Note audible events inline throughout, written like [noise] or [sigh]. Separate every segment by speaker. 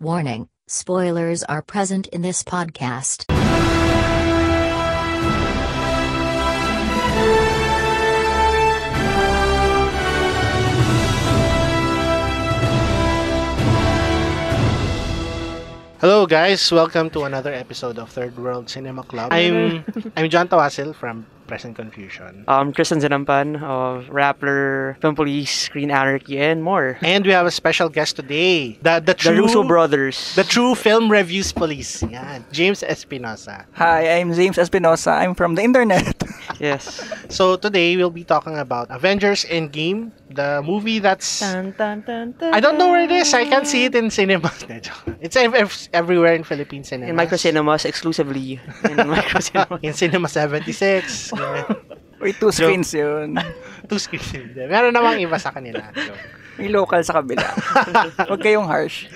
Speaker 1: Warning spoilers are present in this podcast.
Speaker 2: Hello guys, welcome to another episode of Third World Cinema Club. I'm [laughs] I'm John Tawasil from Present Confusion.
Speaker 3: Um, Kristen Zinampan of Rappler, Film Police, Green Anarchy, and more.
Speaker 2: And we have a special guest today. The the
Speaker 3: The
Speaker 2: true
Speaker 3: Russo Brothers.
Speaker 2: the true film reviews police. Yan, James Espinosa.
Speaker 4: Hi, I'm James Espinosa. I'm from the internet. [laughs]
Speaker 3: yes.
Speaker 2: So today we'll be talking about Avengers Endgame, the movie that's I don't know where it is. I can't see it in [laughs] cinemas. Hindi, joke. It's ev- ev- everywhere in Philippine cinemas.
Speaker 3: In micro cinemas exclusively.
Speaker 2: [laughs]
Speaker 3: In micro cinemas.
Speaker 2: In Cinema
Speaker 3: [laughs]
Speaker 2: 76. ganyan.
Speaker 4: May two screens yun.
Speaker 2: Two screens. hindi. Meron namang iba sa kanila. Joke.
Speaker 4: May local
Speaker 3: [laughs]
Speaker 4: sa kabila. Huwag kayong harsh.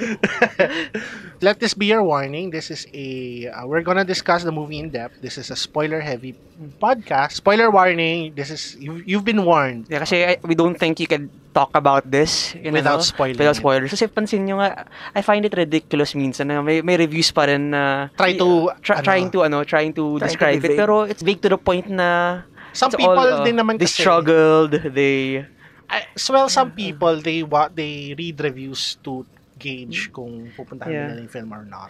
Speaker 2: [laughs] Let this be your warning. This is a uh, we're gonna discuss the movie in depth. This is a spoiler heavy podcast. Spoiler warning. This is you, you've been warned.
Speaker 3: Yeah, kasi I- we don't think you can talk about this you know,
Speaker 2: Without spoiling
Speaker 3: Without
Speaker 2: it.
Speaker 3: spoilers. Kasi pansin nyo nga, I find it ridiculous minsan na may, may reviews pa rin na uh,
Speaker 2: Try to,
Speaker 3: try-
Speaker 2: ano,
Speaker 3: trying to ano trying to
Speaker 4: Trying to
Speaker 3: describe it
Speaker 4: be vague.
Speaker 3: pero it's vague to the point na
Speaker 2: Some
Speaker 3: it's
Speaker 2: people
Speaker 3: all, uh,
Speaker 2: din naman
Speaker 3: they
Speaker 2: kasi-
Speaker 3: struggled they
Speaker 2: I, so well some people they what they read reviews to gauge kung pupuntahan
Speaker 3: Mm. Yeah.
Speaker 2: nila yung film or
Speaker 3: [laughs]
Speaker 2: not.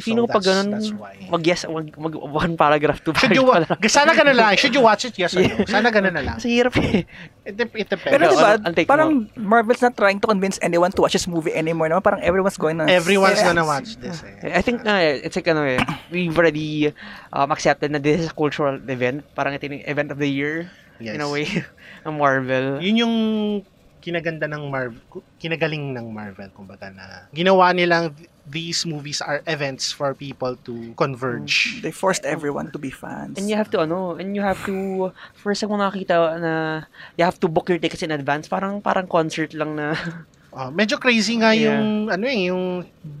Speaker 3: If you know,
Speaker 2: that's,
Speaker 3: pag ganun,
Speaker 2: that's why.
Speaker 3: mag yes, mag, mag one paragraph, two
Speaker 2: Should you
Speaker 3: paragraph.
Speaker 2: wa- [laughs] sana ganun lang. Should you watch it? Yes or no? Sana ganun
Speaker 3: [laughs]
Speaker 2: na lang.
Speaker 3: Kasi hirap eh.
Speaker 2: It, dep- it depends.
Speaker 4: Pero
Speaker 3: Ikaw,
Speaker 4: diba,
Speaker 3: I'll- I'll take
Speaker 4: parang Marvel's not trying to convince anyone to watch this movie anymore. Naman. Parang everyone's going to...
Speaker 2: everyone's gonna watch this. Eh.
Speaker 3: I think na eh, it's like ano eh, we've already um, accepted na this is a cultural event. Parang ito yung event of the year in a
Speaker 2: Yes.
Speaker 3: way. [laughs] Ang Marvel.
Speaker 2: Yun yung kinaganda ng Marvel, kinagaling ng Marvel, kumbaga na ginawa nilang th- these movies are events for people to converge.
Speaker 4: They forced everyone to be fans.
Speaker 3: And you have to ano, and you have to first ako nakakita na you have to book your tickets in advance. Parang parang concert lang na. [laughs]
Speaker 2: Ah, medyo crazy nga
Speaker 3: Mm. Yeah.
Speaker 2: yung ano eh, yung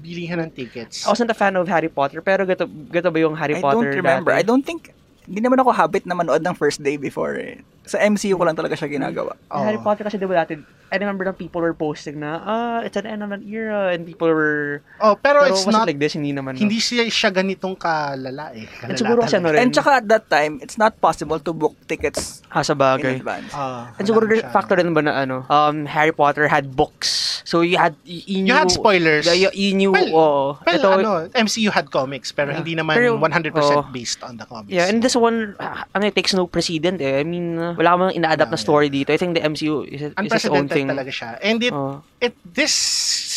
Speaker 2: bilihan ng tickets.
Speaker 3: I wasn't a fan of Harry Potter, pero gato gato ba yung Harry
Speaker 4: I don't
Speaker 3: Potter?
Speaker 4: remember. I
Speaker 3: dati?
Speaker 4: don't think... Hindi naman ako habit na manood ng first day before eh. Sa MCU ko lang talaga siya ginagawa.
Speaker 2: Oo.
Speaker 3: Harry Potter kasi diba dati, I remember na people were posting na, ah, it's an end of an era, and people were,
Speaker 2: Oh, pero,
Speaker 3: pero
Speaker 2: it's
Speaker 3: was it
Speaker 2: not
Speaker 3: like this, hindi naman. no?
Speaker 2: hindi siya, siya ganitong kalala eh. Kalala
Speaker 3: And siguro kasi
Speaker 2: talaga.
Speaker 3: ano rin,
Speaker 4: And tsaka at that time, it's not possible to book tickets
Speaker 3: ah, sa
Speaker 4: in
Speaker 3: bagay.
Speaker 4: advance.
Speaker 2: Ah,
Speaker 3: And siguro
Speaker 2: wala
Speaker 3: rin
Speaker 2: siya.
Speaker 3: factor rin ba na ano, um, Harry Potter had books. So you had, y-
Speaker 2: You
Speaker 3: you, knew-
Speaker 2: had spoilers.
Speaker 3: Yeah, you, you knew,
Speaker 2: Well-
Speaker 3: oo.
Speaker 2: Well,
Speaker 3: Ito-
Speaker 2: ano, MCU had comics pero
Speaker 3: Yeah.
Speaker 2: hindi naman
Speaker 3: Pero-
Speaker 2: 100%
Speaker 3: oh.
Speaker 2: based on the comics.
Speaker 3: Yeah, and this one, ah, ano, it takes no precedent eh. I mean, uh, wala kamang ina-adapt na
Speaker 2: Yeah,
Speaker 3: story dito. I think the MCU is, is its own
Speaker 2: Unprecedented
Speaker 3: thing. Oh,
Speaker 2: talaga siya. And it
Speaker 3: Oo.
Speaker 2: it this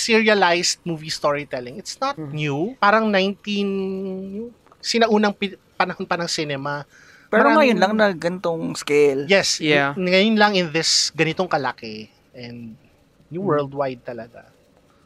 Speaker 2: serialized movie storytelling, it's not
Speaker 4: Mm-hmm.
Speaker 3: Mhm.
Speaker 2: new. Parang 19 sinaunang pi- panahon pa ng cinema.
Speaker 4: Pero
Speaker 2: Maraming-
Speaker 4: ngayon lang na ganitong scale.
Speaker 2: Yes,
Speaker 3: Yeah.
Speaker 2: n- ngayon lang in this ganitong kalaki and
Speaker 4: Mm-hmm.
Speaker 2: new worldwide talaga.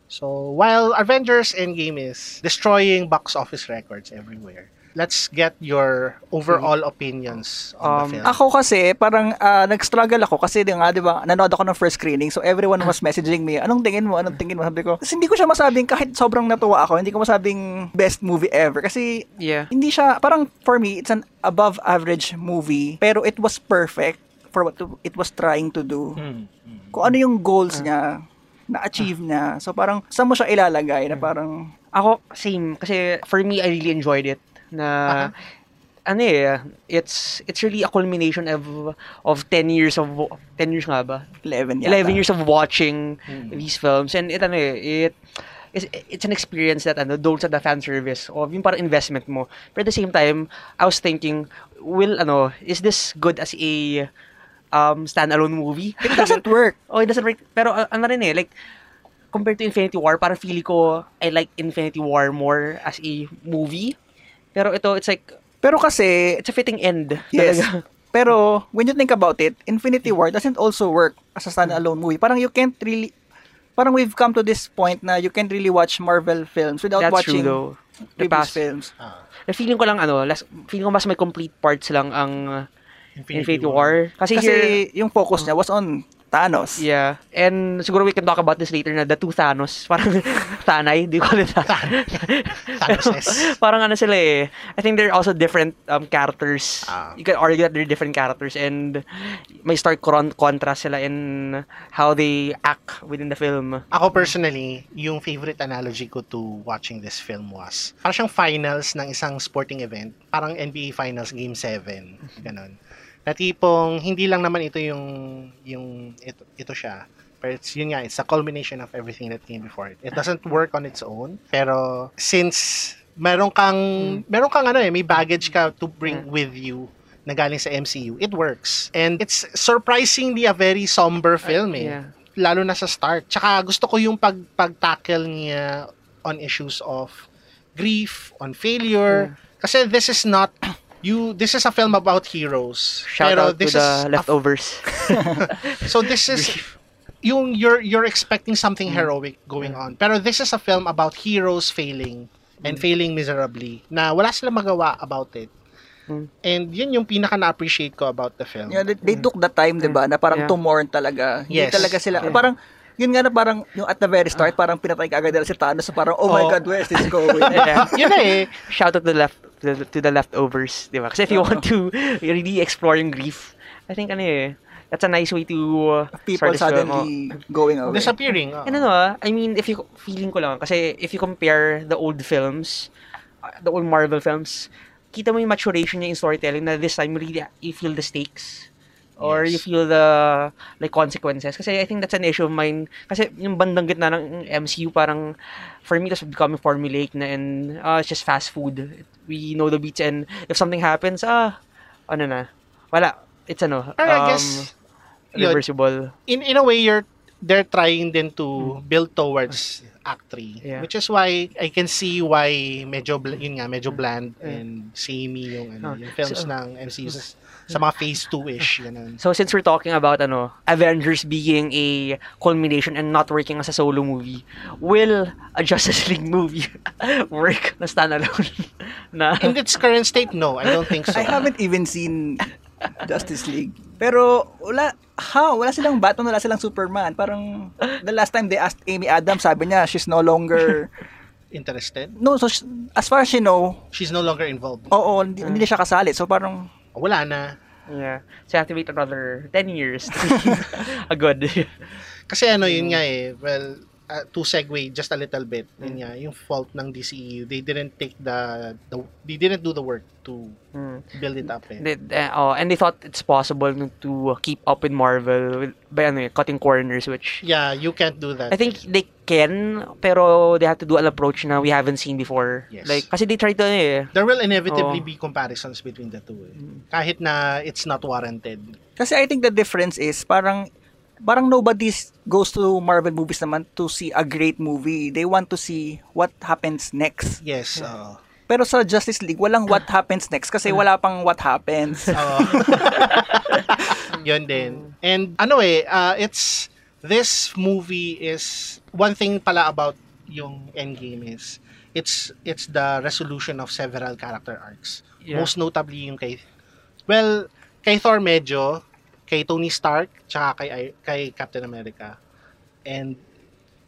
Speaker 2: So, while Avengers Endgame is destroying box office records everywhere, let's get your overall
Speaker 4: Mm-hmm.
Speaker 2: opinions on
Speaker 3: Um,
Speaker 2: the film.
Speaker 4: Ako kasi, parang ah, nag-struggle ako kasi di nga, di ba, nanood ako ng first screening. So, everyone was messaging me, anong tingin mo, anong tingin mo? Sabi ko, kasi hindi ko siya masabing, kahit sobrang natuwa ako, hindi ko masabing best movie ever. Kasi,
Speaker 3: Yeah.
Speaker 4: hindi siya, parang for me, it's an above average movie, pero it was perfect for what to- it was trying to do.
Speaker 2: Hmm.
Speaker 4: Kung ano yung goals niya, na-achieve niya. So, parang, saan mo siya ilalagay na parang,
Speaker 3: Ako, same. Kasi for me, I really enjoyed it.
Speaker 2: Uh-huh.
Speaker 3: Na, ano eh, it's, it's really a culmination of, of 10 years of, 10 years nga ba?
Speaker 4: 11 yata. Hmm.
Speaker 3: 11 years of watching
Speaker 2: Mm.
Speaker 3: these films. And it, ano eh, it, it's, it's an experience that, ano, don't sa the fan service of yung parang investment mo. But at the same time, I was thinking, will, ano, is this good as a um, standalone movie?
Speaker 4: It doesn't work.
Speaker 3: Oh, it doesn't work. Pero uh, ano rin eh, like, compared to Infinity War, parang feeling ko, I like Infinity War more as a movie. Pero ito, it's like,
Speaker 4: Pero kasi,
Speaker 3: it's a fitting end.
Speaker 4: Yes.
Speaker 3: Talaga.
Speaker 4: [laughs]
Speaker 3: [laughs]
Speaker 4: Pero when you think about it, Infinity War doesn't also work as a standalone movie. Parang you can't really parang we've come to this point na you can't really watch Marvel films without
Speaker 3: That's
Speaker 4: watching
Speaker 3: true though. The
Speaker 4: previous
Speaker 3: past,
Speaker 4: films.
Speaker 2: Ah,
Speaker 3: feeling ko lang ano, last, feeling ko mas may complete parts lang ang uh, Infinity, War. Kasi,
Speaker 4: Kasi
Speaker 3: here,
Speaker 4: yung focus niya was on Thanos.
Speaker 3: Yeah. And siguro we can talk about this later na the two Thanos. [laughs] Parang Thanay, di ko alam. [laughs]
Speaker 2: Thanoses.
Speaker 3: Parang ano sila eh. I think they're also different um, characters.
Speaker 2: Ah.
Speaker 3: You can argue that they're different characters and may stark con- contrast sila in how they act within the film.
Speaker 2: Ako personally, yung favorite analogy ko to watching this film was parang siyang finals ng isang sporting event, parang NBA Finals Game 7, ganun. Na tipong hindi lang naman ito yung yung ito, ito siya. Pero it's, yun nga, it's a culmination of everything that came before it. It doesn't work on its own, pero since meron kang meron kang ano eh, may baggage ka to bring with you na galing sa MCU, it works. And it's surprisingly a very somber film eh
Speaker 3: Yeah.
Speaker 2: lalo na sa start. Tsaka gusto ko yung pag pag-tackle niya on issues of grief, on
Speaker 3: Mm.
Speaker 2: failure. Kasi this is not you this is a film about heroes.
Speaker 3: Shout
Speaker 2: pero
Speaker 3: out to
Speaker 2: this
Speaker 3: the
Speaker 2: is a [laughs]
Speaker 3: leftovers.
Speaker 2: So this is yung you're you're expecting something
Speaker 3: Mm.
Speaker 2: heroic going on. Pero this is a film about heroes failing and failing miserably na wala silang magawa about it.
Speaker 3: Mm.
Speaker 2: And yun yung pinaka na-appreciate ko about the film.
Speaker 4: Yeah, they, they took the time, di ba, na parang
Speaker 3: Yeah.
Speaker 4: to mourn talaga. Hindi
Speaker 2: Yes.
Speaker 4: talaga sila,
Speaker 3: Yeah.
Speaker 4: parang, yun nga na parang, yung at the very start, parang pinatay ka agad nila si Thanos, so parang, oh, my
Speaker 2: Oh.
Speaker 4: God, where is
Speaker 3: [laughs]
Speaker 4: this going?
Speaker 3: yeah.
Speaker 2: Yun na eh.
Speaker 3: Shout out to the left to the, to the leftovers, di ba? Kasi if you want to really explore yung grief, I think ano eh, that's a nice way to uh,
Speaker 4: People
Speaker 3: start this film. Oh.
Speaker 4: suddenly going away.
Speaker 2: Disappearing. oo.
Speaker 3: And ano ah, I mean, if you, feeling ko lang, kasi if you compare the old films, uh, the old Marvel films, kita mo yung maturation niya in storytelling na this time really you feel the stakes or you
Speaker 2: Yes.
Speaker 3: feel the like consequences kasi I think that's an issue of mine kasi yung bandang gitna ng MCU parang for me that's becoming formulaic na and uh, it's just fast food we know the beats and if something happens ah ano na wala it's ano
Speaker 2: Pero I
Speaker 3: um,
Speaker 2: guess, yun,
Speaker 3: reversible
Speaker 2: in in a way you're they're trying then to build towards act 3
Speaker 3: Hmm. Yeah.
Speaker 2: which is why I can see why medyo bl- yun nga medyo bland
Speaker 3: Hmm. Yeah.
Speaker 2: and samey yung ano
Speaker 3: Ah,
Speaker 2: yung films
Speaker 3: so- hmm.
Speaker 2: ng MCU sa, sa mga phase 2 ish ganun
Speaker 3: So since we're talking about ano, Avengers being a culmination and not working as a solo movie, will a Justice [laughs] League movie work na standalone? [laughs] na
Speaker 2: in its current state no I don't
Speaker 3: [laughs]
Speaker 2: think so
Speaker 4: I haven't even seen Justice League. Pero wala how wala silang Batman, wala silang Superman. Parang the last time they asked Amy Adams, sabi niya she's no longer
Speaker 2: interested
Speaker 4: no so sh- as far as she know,
Speaker 2: she's no longer involved
Speaker 4: oo, hindi, hindi na siya kasali. So parang
Speaker 2: wala na
Speaker 3: yeah, so you have to wait another 10 years to see [laughs] a good.
Speaker 2: kasi ano
Speaker 3: Hmm.
Speaker 2: yun nga eh well uh, to segue just a little bit
Speaker 3: Hmm.
Speaker 2: yun nga yung fault ng DCEU they didn't take the, the they didn't do the work to
Speaker 3: Mm.
Speaker 2: build it up eh.
Speaker 3: They, eh, oh, and they thought it's possible to keep up with Marvel with, by ano, eh, cutting corners which
Speaker 2: yeah you can't do that
Speaker 3: I think they can pero they have to do an approach na we haven't seen before.
Speaker 2: Yes.
Speaker 3: Like kasi they tried to ano eh,
Speaker 2: there will inevitably
Speaker 3: Oo.
Speaker 2: be comparisons between the two. Eh. Kahit na it's not warranted.
Speaker 4: kasi I think the difference is parang parang nobody goes to Marvel movies naman to see a great movie. They want to see what happens next.
Speaker 2: Yes. oo.
Speaker 4: Pero sa Justice League, walang what happens next kasi wala pang what happens.
Speaker 2: Oo. [laughs] Yun din. And ano eh, uh, it's, this movie is, one thing pala about yung Endgame is, it's it's the resolution of several character arcs.
Speaker 3: Yeah.
Speaker 2: Most notably yung kay, well, kay Thor medyo, kay Tony Stark, tsaka kay, I- kay Captain America. And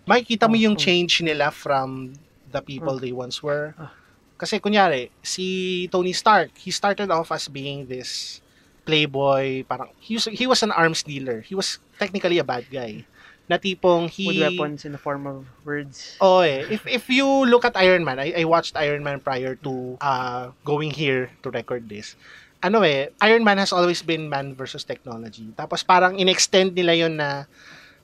Speaker 2: makikita mo yung
Speaker 3: Oh,
Speaker 2: change nila from the people they once were.
Speaker 3: Ah.
Speaker 2: Kasi kunyari, si Tony Stark, he started off as being this playboy, parang, he was, he was an arms dealer. He was technically a bad guy. Na tipong he...
Speaker 3: with weapons in the form of words.
Speaker 2: Oh, eh. If, if you look at Iron Man, I, I watched Iron Man prior to uh, going here to record this. Ano eh, Iron Man has always been man versus technology. Tapos parang in-extend nila yon na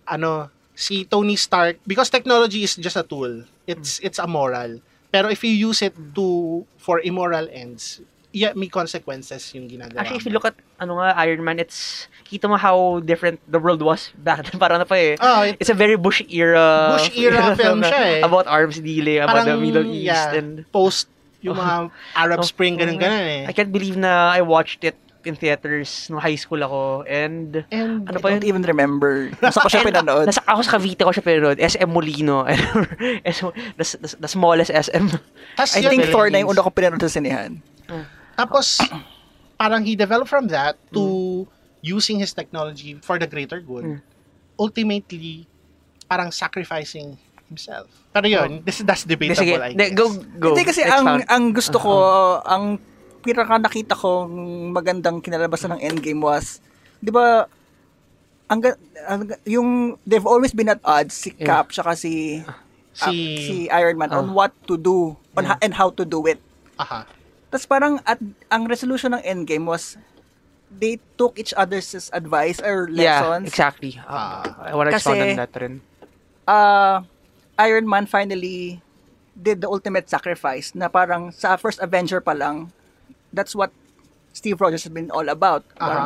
Speaker 2: ano, si Tony Stark, because technology is just a tool. It's
Speaker 3: Hmm.
Speaker 2: it's a moral. Pero if you use it to for immoral ends, yeah, may consequences yung ginagawa.
Speaker 3: Actually, if you
Speaker 2: mo.
Speaker 3: look at ano nga Iron Man, it's kita mo how different the world was [laughs] back then. Parang ano pa eh.
Speaker 2: Oh, it-
Speaker 3: It's a very Bush era.
Speaker 2: Bush
Speaker 3: [laughs]
Speaker 2: era film
Speaker 3: na-
Speaker 2: siya eh.
Speaker 3: About arms dealing, about the
Speaker 2: parang
Speaker 3: Middle East.
Speaker 2: yeah,
Speaker 3: And
Speaker 2: post yung mga Arab
Speaker 3: Oh,
Speaker 2: Spring ganun ganun eh.
Speaker 3: I can't believe na I watched it in theaters no high school ako. And
Speaker 2: And
Speaker 3: ano
Speaker 4: I
Speaker 3: pa
Speaker 4: don't
Speaker 3: yun?
Speaker 4: even remember. Nasa ko
Speaker 3: [laughs]
Speaker 4: siya
Speaker 3: And, ah,
Speaker 4: pinanood.
Speaker 3: Nasa, ako sa Cavite ko siya pinanood. SM Molino. [laughs] I remember, SM, the, the, the smallest SM.
Speaker 2: tas
Speaker 4: I
Speaker 2: yun
Speaker 4: think
Speaker 2: eh.
Speaker 4: Thor na yung una ko pinanood sa sinehan.
Speaker 2: Tapos,
Speaker 3: Mm.
Speaker 2: parang he developed from that to using his technology for the greater good. ultimately, parang sacrificing himself. Pero yun, this, that's debatable,
Speaker 3: Oh. Sige,
Speaker 2: I guess.
Speaker 3: de, go, uh, go.
Speaker 4: Hindi kasi
Speaker 3: Next
Speaker 4: ang
Speaker 3: round.
Speaker 4: ang gusto ko,
Speaker 3: Uh-huh.
Speaker 4: ang pinaka nakita kong magandang kinalabasan ng Endgame was, 'di ba? Ang, ga- ang ga- yung they've always been at odds si
Speaker 3: Yeah. Uh-huh.
Speaker 4: Cap tsaka si
Speaker 2: Si,
Speaker 4: ah, si Iron Man on what to do on ho- and how to do it.
Speaker 3: ah,
Speaker 2: aha,
Speaker 4: Tapos parang at ang resolution ng Endgame was they took each other's advice or
Speaker 3: Yeah,
Speaker 4: lessons.
Speaker 3: exactly.
Speaker 2: Ah.
Speaker 3: I wanna expound
Speaker 4: Kasi-
Speaker 3: on that rin.
Speaker 4: uh, Iron Man finally did the ultimate sacrifice na parang sa first Avenger pa lang, that's what Steve Rogers has been all about.
Speaker 2: aha.
Speaker 4: Parang,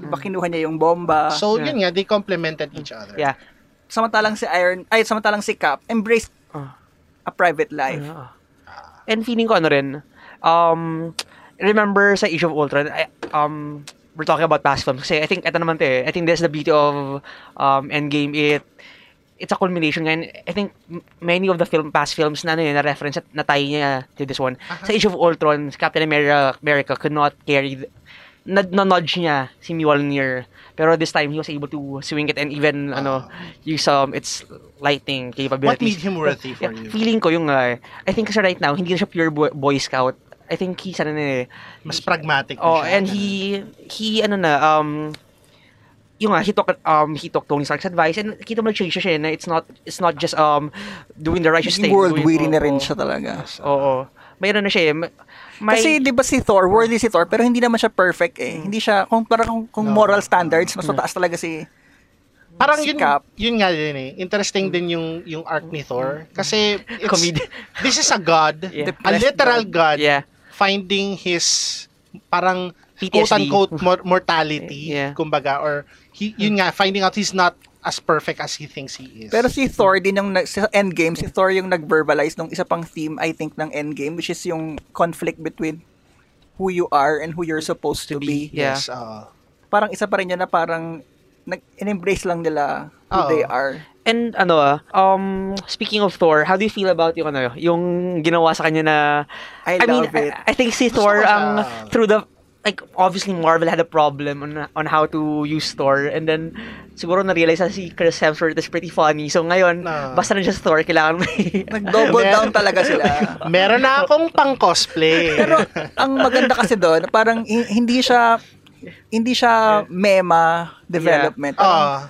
Speaker 4: di ba kinuha niya yung bomba?
Speaker 2: Uh-huh. So,
Speaker 3: ah, Yeah.
Speaker 2: yun nga, they complemented each other.
Speaker 3: Yeah.
Speaker 4: samantalang si Iron, ay samantalang si Cap, embraced
Speaker 2: Uh-huh.
Speaker 3: Ah.
Speaker 4: a private life.
Speaker 3: Ah. And feeling ko ano rin, um, remember sa issue of Ultron, I, um, we're talking about past films. Kasi I think, eto naman to eh, I think that's the beauty of um, Endgame. It, it's a culmination ngayon. I think m- many of the film past films na ano yun, na-reference at natay niya to this one. Sa issue of Ultron, Captain America, America could not carry, the, na- na-nudge niya si Mjolnir. Pero this time, he was able to swing it and even, ano, use um, its lightning
Speaker 2: What made
Speaker 3: capabilities.
Speaker 2: him worthy for
Speaker 3: Yeah,
Speaker 2: you?
Speaker 3: Feeling ko yung, uh, I think kasi right now, hindi na siya pure boy, boy scout. I think he's ano na eh.
Speaker 2: Mas pragmatic na
Speaker 3: Oh,
Speaker 2: siya.
Speaker 3: and he, he ano na, um, yung nga, he took, um, he took Tony Stark's advice and kita mo nag-change siya eh, na it's not, it's not just, um, doing the righteous thing.
Speaker 4: Naging world
Speaker 3: doing-
Speaker 4: weary na rin
Speaker 3: oo,
Speaker 4: siya talaga.
Speaker 3: Oo. May ano na siya eh. may- may-
Speaker 4: Kasi di ba si Thor, worthy si Thor, pero hindi naman siya perfect eh. Hindi siya, kung parang kung, kung
Speaker 2: Mm. No. Mm.
Speaker 4: moral standards, mas mataas talaga si
Speaker 2: Parang
Speaker 4: si
Speaker 2: yun,
Speaker 4: Cap.
Speaker 2: yun nga din eh. Interesting din yung, yung arc ni Thor. Kasi, it's,
Speaker 3: Mm. [laughs] Comedian.
Speaker 2: this is a god,
Speaker 3: Yeah.
Speaker 2: a literal god,
Speaker 3: yeah.
Speaker 2: finding his, parang,
Speaker 3: PTSD. [laughs]
Speaker 2: quote-unquote mor- mortality,
Speaker 3: Yeah.
Speaker 2: kumbaga, or, he, yun nga, finding out he's not as perfect as he thinks he is.
Speaker 4: Pero si Thor din yung nag, sa Endgame, si Thor yung nag-verbalize nung isa pang theme I think ng Endgame which is yung conflict between who you are and who you're supposed to, be.
Speaker 3: yeah.
Speaker 2: yes, uh, oo.
Speaker 4: Parang isa pa rin yun na parang nag-embrace lang nila who
Speaker 2: Oo.
Speaker 4: they are.
Speaker 3: And ano ah, um speaking of Thor, how do you feel about yung ano, yung ginawa sa kanya na
Speaker 4: I
Speaker 3: mean,
Speaker 4: love it.
Speaker 3: I, I think si
Speaker 2: Gusto ko
Speaker 3: Thor
Speaker 2: siya.
Speaker 3: ang through the like obviously Marvel had a problem on on how to use Thor and then siguro na-realize na si Chris Hemsworth is pretty funny. So ngayon,
Speaker 2: Na.
Speaker 3: basta na just Thor,
Speaker 2: [laughs]
Speaker 3: kailangan may
Speaker 4: Nag-double
Speaker 2: Meron-
Speaker 4: down talaga sila.
Speaker 2: Meron na akong
Speaker 3: [laughs]
Speaker 2: pang-cosplay.
Speaker 4: Pero ang maganda kasi doon, parang hi- hindi siya hindi siya mema development. Parang,
Speaker 2: Ah.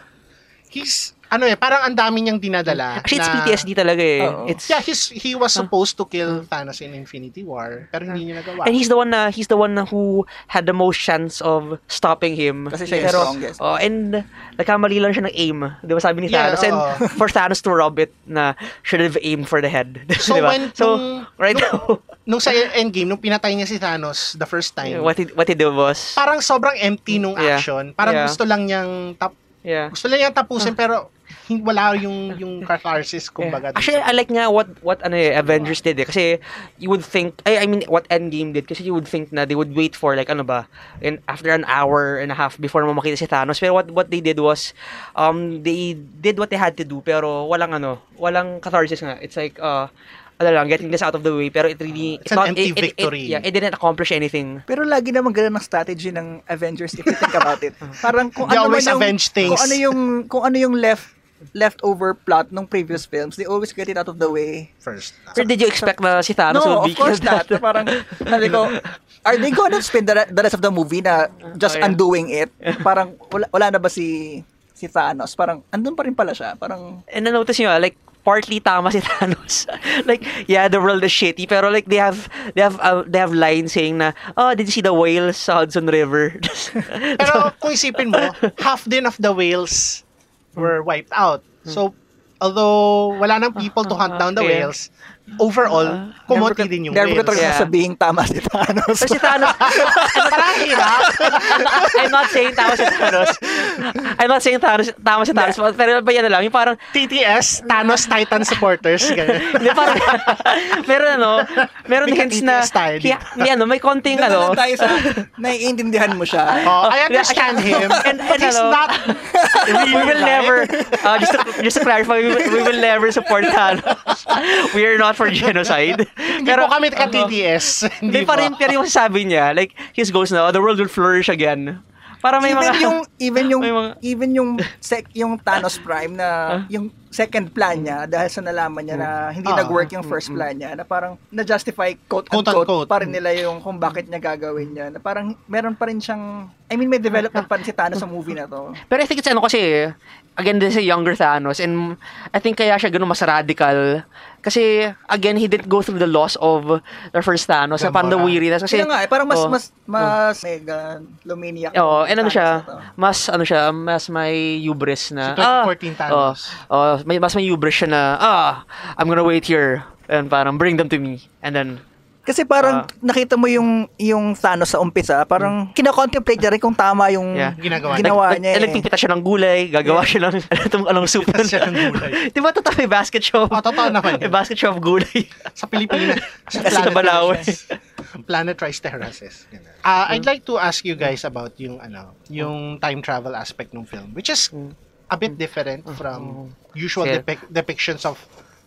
Speaker 2: he's, ano eh, parang ang dami niyang dinadala.
Speaker 3: Mm. Actually, it's
Speaker 2: na-
Speaker 3: PTSD talaga eh.
Speaker 4: Oo.
Speaker 3: It's
Speaker 2: Yeah, he's, he was supposed to kill Thanos in Infinity War, pero hindi niya nagawa.
Speaker 3: And he's the one na he's the one who had the most chance of stopping him.
Speaker 4: Kasi siya yung strongest.
Speaker 3: Oh, and nagkamali lang siya ng aim. Di ba sabi ni
Speaker 2: Yeah,
Speaker 3: Thanos? and
Speaker 2: oo.
Speaker 3: for Thanos to rob it na should have aimed for the head. [laughs]
Speaker 2: So
Speaker 3: Di ba?
Speaker 2: when
Speaker 3: diba? so
Speaker 2: nung-
Speaker 3: right
Speaker 2: nung-
Speaker 3: now,
Speaker 2: nung sa Endgame, nung pinatay niya si Thanos the first time,
Speaker 3: [laughs] what he, what he did
Speaker 2: [laughs]
Speaker 3: was
Speaker 2: parang sobrang empty nung
Speaker 3: Yeah.
Speaker 2: action. Parang
Speaker 3: Yeah.
Speaker 2: gusto lang niyang tap,
Speaker 3: yeah.
Speaker 2: gusto lang niyang tapusin pero hin- wala yung
Speaker 3: [laughs]
Speaker 2: yung catharsis kumbaga.
Speaker 3: Yeah. Actually, I like nga what what ano eh, Avengers did eh. Kasi you would think I, I mean what Endgame did kasi you would think na they would wait for like ano ba and after an hour and a half before mo makita si Thanos pero what what they did was um they did what they had to do pero walang ano walang catharsis nga it's like uh ano lang getting this out of the way pero it really
Speaker 2: It's an empty
Speaker 3: it- it- it-
Speaker 2: victory.
Speaker 3: yeah it didn't accomplish anything
Speaker 4: Pero lagi naman ganun ang strategy ng Avengers if you think about
Speaker 2: [laughs]
Speaker 4: it. Parang kung
Speaker 2: They
Speaker 4: ano man
Speaker 2: always
Speaker 4: yung,
Speaker 2: avenge things.
Speaker 4: kung ano yung kung ano yung left leftover plot ng previous films, they always get it out of the way.
Speaker 2: first.
Speaker 3: pero did you expect na si Thanos
Speaker 4: No,
Speaker 3: would
Speaker 4: of
Speaker 3: be
Speaker 4: course
Speaker 3: killed
Speaker 4: not. Parang sabi ko, are they gonna spend the, the rest of the movie na just
Speaker 3: Oh, yeah.
Speaker 4: undoing
Speaker 3: [laughs]
Speaker 4: it? Parang wala, wala na ba si si Thanos? Parang andun pa rin pala siya. Parang
Speaker 3: and na-notice nyo, ah, like, partly tama si [laughs] Thanos. like, yeah, the world is shitty, pero like, they have, they have, uh, they have lines saying na, oh, did you see the whales sa Hudson River? [laughs]
Speaker 2: Pero kung isipin mo, half din of the whales were
Speaker 3: Hmm.
Speaker 2: wiped out. So although wala nang people to
Speaker 3: Ah,
Speaker 2: hunt down the
Speaker 3: Yeah.
Speaker 2: whales,
Speaker 3: Ah,
Speaker 2: overall, kumonti din yung
Speaker 4: never ko
Speaker 2: whales.
Speaker 4: talaga
Speaker 3: Yeah.
Speaker 4: sasabihin tama si Thanos.
Speaker 3: Pero si Thanos,
Speaker 2: [laughs] Parang hirap.
Speaker 3: I'm not saying tama si Thanos. I'm not saying Thanos, tama si Thanos. Pero ba yan na lang, yung parang,
Speaker 2: TTS, Thanos Titan supporters.
Speaker 3: [laughs]
Speaker 2: ganyan.
Speaker 3: hindi, parang, meron ano, meron
Speaker 2: May
Speaker 3: hints na,
Speaker 2: ka-TTS tayo dito.
Speaker 3: kaya, may ano, may konting
Speaker 4: Doon na
Speaker 3: ano,
Speaker 4: lang tayo
Speaker 3: [laughs]
Speaker 4: sa naiintindihan mo siya.
Speaker 2: Oh, I
Speaker 3: yeah,
Speaker 2: understand him,
Speaker 3: [laughs] And-
Speaker 2: but
Speaker 3: and ano,
Speaker 2: he's
Speaker 3: hello.
Speaker 2: not
Speaker 3: we will
Speaker 2: guy.
Speaker 3: never uh, just to, just to clarify we will, we will never support Thanos we are not for genocide ano,
Speaker 2: Hindi po kami ka TTS.
Speaker 3: hindi
Speaker 2: Hindi
Speaker 3: pa
Speaker 2: po.
Speaker 3: rin pero yung sabi niya like his goals na "Oh, the world will flourish again Para may
Speaker 4: even
Speaker 3: mga...
Speaker 4: yung even yung
Speaker 3: may mga-
Speaker 4: even yung sec yung Thanos Prime na yung second plan niya dahil sa nalaman niya na
Speaker 3: Hmm.
Speaker 4: hindi
Speaker 2: Ah,
Speaker 4: nag-work yung first plan niya na parang na-justify quote unquote,
Speaker 2: Quote-unquote.
Speaker 4: pa rin nila yung kung bakit niya gagawin niya na parang meron pa rin siyang I mean may development pa rin si Thanos sa movie na to.
Speaker 3: [laughs] Pero I think it's ano kasi, again, this is younger Thanos and I think kaya siya ganun mas radical kasi, again, he didn't go through the loss of the first Thanos na parang the
Speaker 2: Gamora.
Speaker 3: weariness kasi,
Speaker 4: Kasi nga eh, parang mas
Speaker 3: oh.
Speaker 4: mas mas mega luminiac.
Speaker 3: Oo,
Speaker 4: yung
Speaker 3: and ano
Speaker 4: Thanos
Speaker 3: siya,
Speaker 4: na to.
Speaker 3: mas ano siya, mas may
Speaker 2: Si
Speaker 3: hubris na, ah,
Speaker 2: 2014 Thanos.
Speaker 3: oh, may, mas may hubris siya na, ah, I'm gonna wait here and parang bring them to me. And then,
Speaker 4: Kasi
Speaker 3: Ah.
Speaker 4: parang
Speaker 3: Hmm.
Speaker 4: nakita mo yung yung Thanos sa umpisa, parang kinocontemplate niya rin kung tama yung
Speaker 3: Yeah.
Speaker 2: Ginagawa niya.
Speaker 4: ginawa
Speaker 3: nag-
Speaker 4: niya.
Speaker 3: nag-
Speaker 4: eh.
Speaker 3: nagpipita siya ng gulay, gagawa siya ng, [laughs] itong anong soup.
Speaker 2: Pipita siya ng gulay.
Speaker 3: [laughs] Di ba totoo may basket shop?
Speaker 2: Oh, totoo naman
Speaker 3: [laughs]
Speaker 2: yun.
Speaker 3: May basket shop of gulay.
Speaker 2: sa Pilipinas. [laughs] sa
Speaker 3: Kasi
Speaker 2: Planet
Speaker 3: nabalaw eh.
Speaker 2: Rice. Planet Rice Terraces. Ganun. Ah, I'd like to ask you guys about yung ano, yung time travel aspect ng film which is a bit different from usual
Speaker 3: Sure.
Speaker 2: depic- depictions of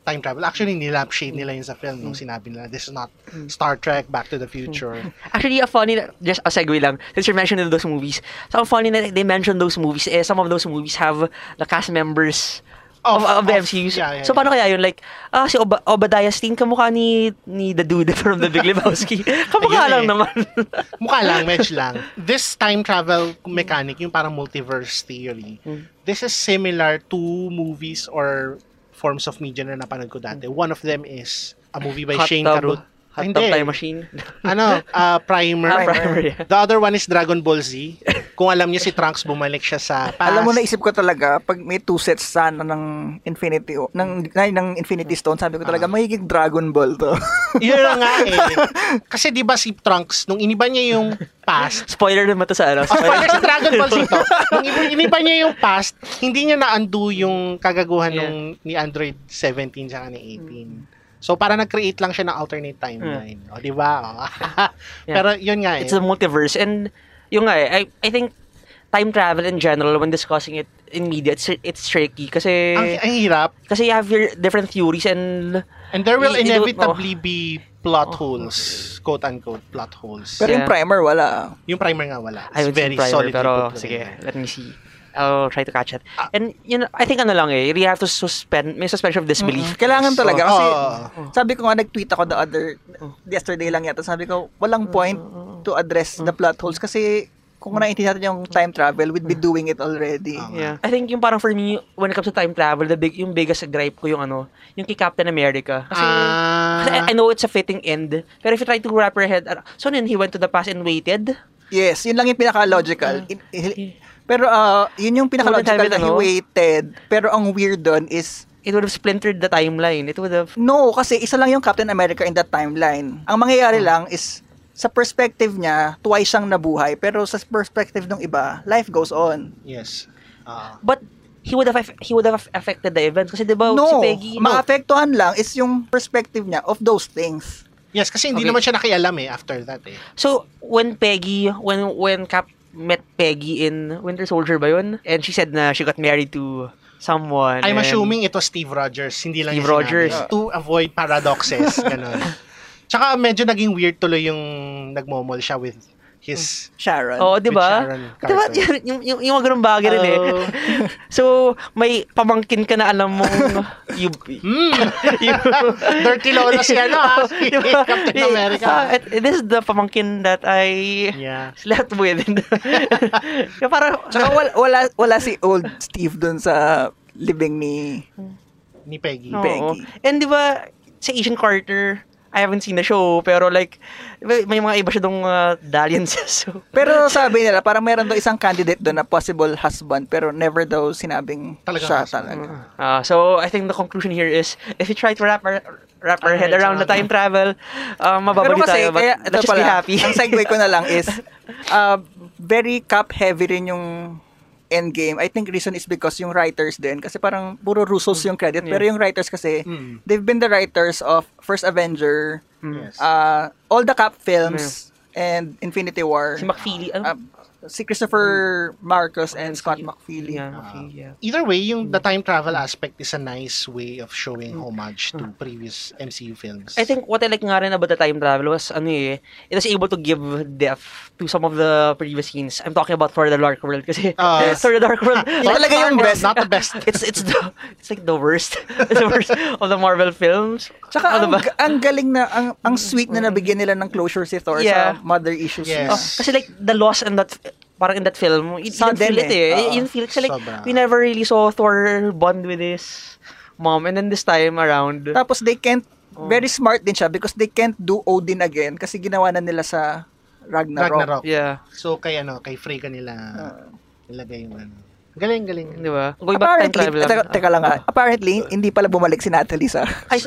Speaker 2: time travel. Actually, nilapshade nila yun sa film nung sinabi nila, this is not Star Trek, Back to the Future.
Speaker 3: Actually, a funny, just a segue lang, since you're mentioning those movies, so ang funny na they mentioned those movies, eh, some of those movies have the cast members of, of, the MCU.
Speaker 2: yeah, yeah,
Speaker 3: so,
Speaker 2: yeah.
Speaker 3: paano kaya yun? Like, ah, si Ob- Obadiah Stane, kamukha ni, ni the dude [laughs] from The Big Lebowski.
Speaker 2: [laughs] Ayun
Speaker 3: kamukha lang
Speaker 2: eh.
Speaker 3: naman.
Speaker 2: Mukha lang, medge lang. This time travel mechanic, yung parang multiverse theory,
Speaker 3: Hmm.
Speaker 2: this is similar to movies or forms of media na napanood ko dati. One of them is a movie by
Speaker 3: Hmm. Hot
Speaker 2: Shane
Speaker 3: tub.
Speaker 2: Carruth.
Speaker 3: Hot
Speaker 2: Hindi.
Speaker 3: tub time machine. [laughs]
Speaker 2: Ano? ah, primer.
Speaker 3: Ah, primer, yeah.
Speaker 2: The other one is Dragon Ball Z. Kung alam niyo si Trunks, bumalik siya sa past.
Speaker 4: Alam mo naisip ko talaga pag may two sets sana ng Infinity O- ng ay, ng Infinity Stone sabi ko talaga magiging Dragon Ball to.
Speaker 2: Yun na nga eh. Kasi di ba si Trunks, nung iniba niya
Speaker 3: [laughs]
Speaker 2: yung past,
Speaker 3: Spoiler naman to sa ano.
Speaker 2: Oh, spoiler
Speaker 3: Spoiler.
Speaker 2: sa Dragon Ball Z
Speaker 3: [laughs]
Speaker 2: to. Nung iba- iniba niya yung past, hindi niya na-undo yung kagaguhan
Speaker 3: Yeah.
Speaker 2: nung ni Android 17 sa ni 18. So, para nag-create lang siya ng alternate timeline. O, di ba? O. Pero, yun nga eh.
Speaker 3: Hmm. It's a multiverse. And, yung nga eh, I, I think, time travel in general, when discussing it in media, it's, it's tricky. Kasi,
Speaker 2: ang, ang hirap.
Speaker 3: kasi you have your different theories and
Speaker 2: And there will
Speaker 3: I- I don't know.
Speaker 2: inevitably be plot
Speaker 3: Oh.
Speaker 2: holes. Quote-unquote plot holes.
Speaker 4: Pero
Speaker 3: Yeah.
Speaker 4: yung primer wala.
Speaker 2: yung primer nga wala.
Speaker 3: I
Speaker 2: It's
Speaker 3: would very
Speaker 2: very solid.
Speaker 3: primer, pero sige, let me see. I'll try to catch it. And you know, I think ano lang eh, you really have to suspend, may suspension of disbelief.
Speaker 4: Kailangan
Speaker 2: So,
Speaker 4: talaga kasi
Speaker 2: oo.
Speaker 4: sabi ko nga nag-tweet ako the other yesterday lang yata sabi ko walang point to address the plot holes kasi kung naintindihan natin yung time travel we'd be doing it already.
Speaker 3: Yeah. I think yung parang for me, when it comes to time travel, the big, yung biggest gripe ko yung ano, yung kay Captain America. Kasi,
Speaker 2: Ah.
Speaker 3: kasi I, I know it's a fitting end, pero if you try to wrap your head, ar- so then he went to the past and waited.
Speaker 4: Yes, yun lang yung pinaka-logical. In- i- pero ah, yun yung pinaka-logical
Speaker 3: Wouldn't
Speaker 4: na
Speaker 3: have it,
Speaker 4: he
Speaker 3: ano?
Speaker 4: waited. Pero ang weird doon is
Speaker 3: It would have splintered the timeline. It would have,
Speaker 4: No, kasi isa lang yung Captain America in that timeline. Ang mangyayari
Speaker 3: Hmm.
Speaker 4: lang is sa perspective niya, twice siyang nabuhay. Pero sa perspective ng iba, life goes on.
Speaker 2: Yes. Ah.
Speaker 3: but he would have aff- he would have affected the event kasi 'di ba Oh, si
Speaker 4: no,
Speaker 3: Peggy
Speaker 4: maapektuhan lang is yung perspective niya of those things.
Speaker 2: yes, kasi hindi
Speaker 3: Okay.
Speaker 2: naman siya nakialam eh after that eh.
Speaker 3: So when Peggy, when when Cap met Peggy in Winter Soldier ba yun? And she said na she got married to someone.
Speaker 2: I'm
Speaker 3: and-
Speaker 2: assuming ito Steve Rogers, hindi lang
Speaker 3: Steve
Speaker 2: yung sinabi.
Speaker 3: Rogers.
Speaker 2: To avoid paradoxes,
Speaker 3: [laughs]
Speaker 2: ganun. Tsaka medyo naging weird tuloy yung nagmomol siya with his...
Speaker 4: Sharon.
Speaker 3: Oo, Oh, di ba?
Speaker 2: With Sharon Carter.
Speaker 3: Di ba? Yun- [laughs] Yung, yung, yung mga ganun bagay rin eh.
Speaker 2: Oh.
Speaker 3: [laughs] So, may pamangkin ka na alam mong you, [laughs]
Speaker 2: Mm. [laughs] Dirty Lola si ano, ah, si [laughs] Captain America.
Speaker 3: Ah, it- this is the pamangkin that I
Speaker 2: Yeah.
Speaker 3: slept
Speaker 2: [laughs]
Speaker 3: with. [laughs] Yung parang,
Speaker 4: Tsaka wala, wala, wala si old Steve dun sa libing ni...
Speaker 2: Ni Peggy.
Speaker 3: Oo.
Speaker 4: Peggy.
Speaker 3: And di ba, sa Asian Carter, I haven't seen the show, pero like, di ba, may mga iba siya dong uh, [laughs] dalliances. So,
Speaker 4: Pero sabi nila, parang meron daw isang candidate doon na possible husband, pero never daw sinabing
Speaker 2: Talagang
Speaker 4: siya
Speaker 2: husband.
Speaker 4: talaga.
Speaker 3: Uh, so I think the conclusion here is if you try to wrap our wrap our
Speaker 2: Alright,
Speaker 3: head around the
Speaker 2: salamat.
Speaker 3: time travel, uh,
Speaker 4: Pero
Speaker 3: mababaliw
Speaker 4: kasi,
Speaker 3: tayo. But
Speaker 4: kaya, ito
Speaker 3: let's just
Speaker 4: pala,
Speaker 3: be happy.
Speaker 4: ang segue ko na lang is, uh, very cup-heavy rin yung Endgame. I think reason is because yung writers din, kasi parang puro Russos yung credit, pero yung writers kasi,
Speaker 2: Mm.
Speaker 4: they've been the writers of First Avenger,
Speaker 2: Yes.
Speaker 4: uh, all the Cap films, and Infinity War.
Speaker 3: [laughs] si McFeely, ano?
Speaker 4: Uh, si Christopher Marcos and Scott McFeely.
Speaker 3: Yeah,
Speaker 2: Ah.
Speaker 3: okay, yeah.
Speaker 2: Either way, yung the time travel aspect is a nice way of showing homage to previous MCU films.
Speaker 3: I think what I like nga rin about the time travel was ano eh, it was able to give depth to some of the previous scenes. I'm talking about For the Dark World kasi
Speaker 2: Ah,
Speaker 3: uh,
Speaker 2: yes.
Speaker 3: [laughs] For the Dark World yun
Speaker 2: Not
Speaker 3: talaga
Speaker 2: the
Speaker 3: yung
Speaker 2: world,
Speaker 3: best.
Speaker 2: Not the
Speaker 3: [laughs]
Speaker 2: best.
Speaker 3: it's it's the, it's like the worst. [laughs] it's the worst of the Marvel films.
Speaker 4: Tsaka
Speaker 3: Ano
Speaker 4: ang,
Speaker 3: ba?
Speaker 4: ang galing na, ang, ang sweet na nabigyan nila ng closure si Thor
Speaker 3: Yeah.
Speaker 4: sa mother issues
Speaker 2: Yes.
Speaker 4: niya.
Speaker 3: Oh, kasi like the loss and that parang in that film, you, you
Speaker 4: Sudden
Speaker 3: didn't feel it eh.
Speaker 4: eh. Oo.
Speaker 3: You didn't feel it. Kasi like,
Speaker 2: Sobra.
Speaker 3: we never really saw Thor bond with his mom. And then this time around,
Speaker 4: Tapos they can't,
Speaker 3: Oh.
Speaker 4: very smart din siya because they can't do Odin again kasi ginawa na nila sa Ragnarok.
Speaker 2: Ragnarok.
Speaker 3: yeah.
Speaker 2: So, kay ano, kay Frey kanila
Speaker 4: Ah.
Speaker 2: nilagay yung ano. Galing, galing.
Speaker 3: Di ba? Going back time
Speaker 4: Apparently,
Speaker 3: travel. lang.
Speaker 4: teka, teka lang ha, apparently, hindi pala bumalik si Natalie sa...
Speaker 3: Ay,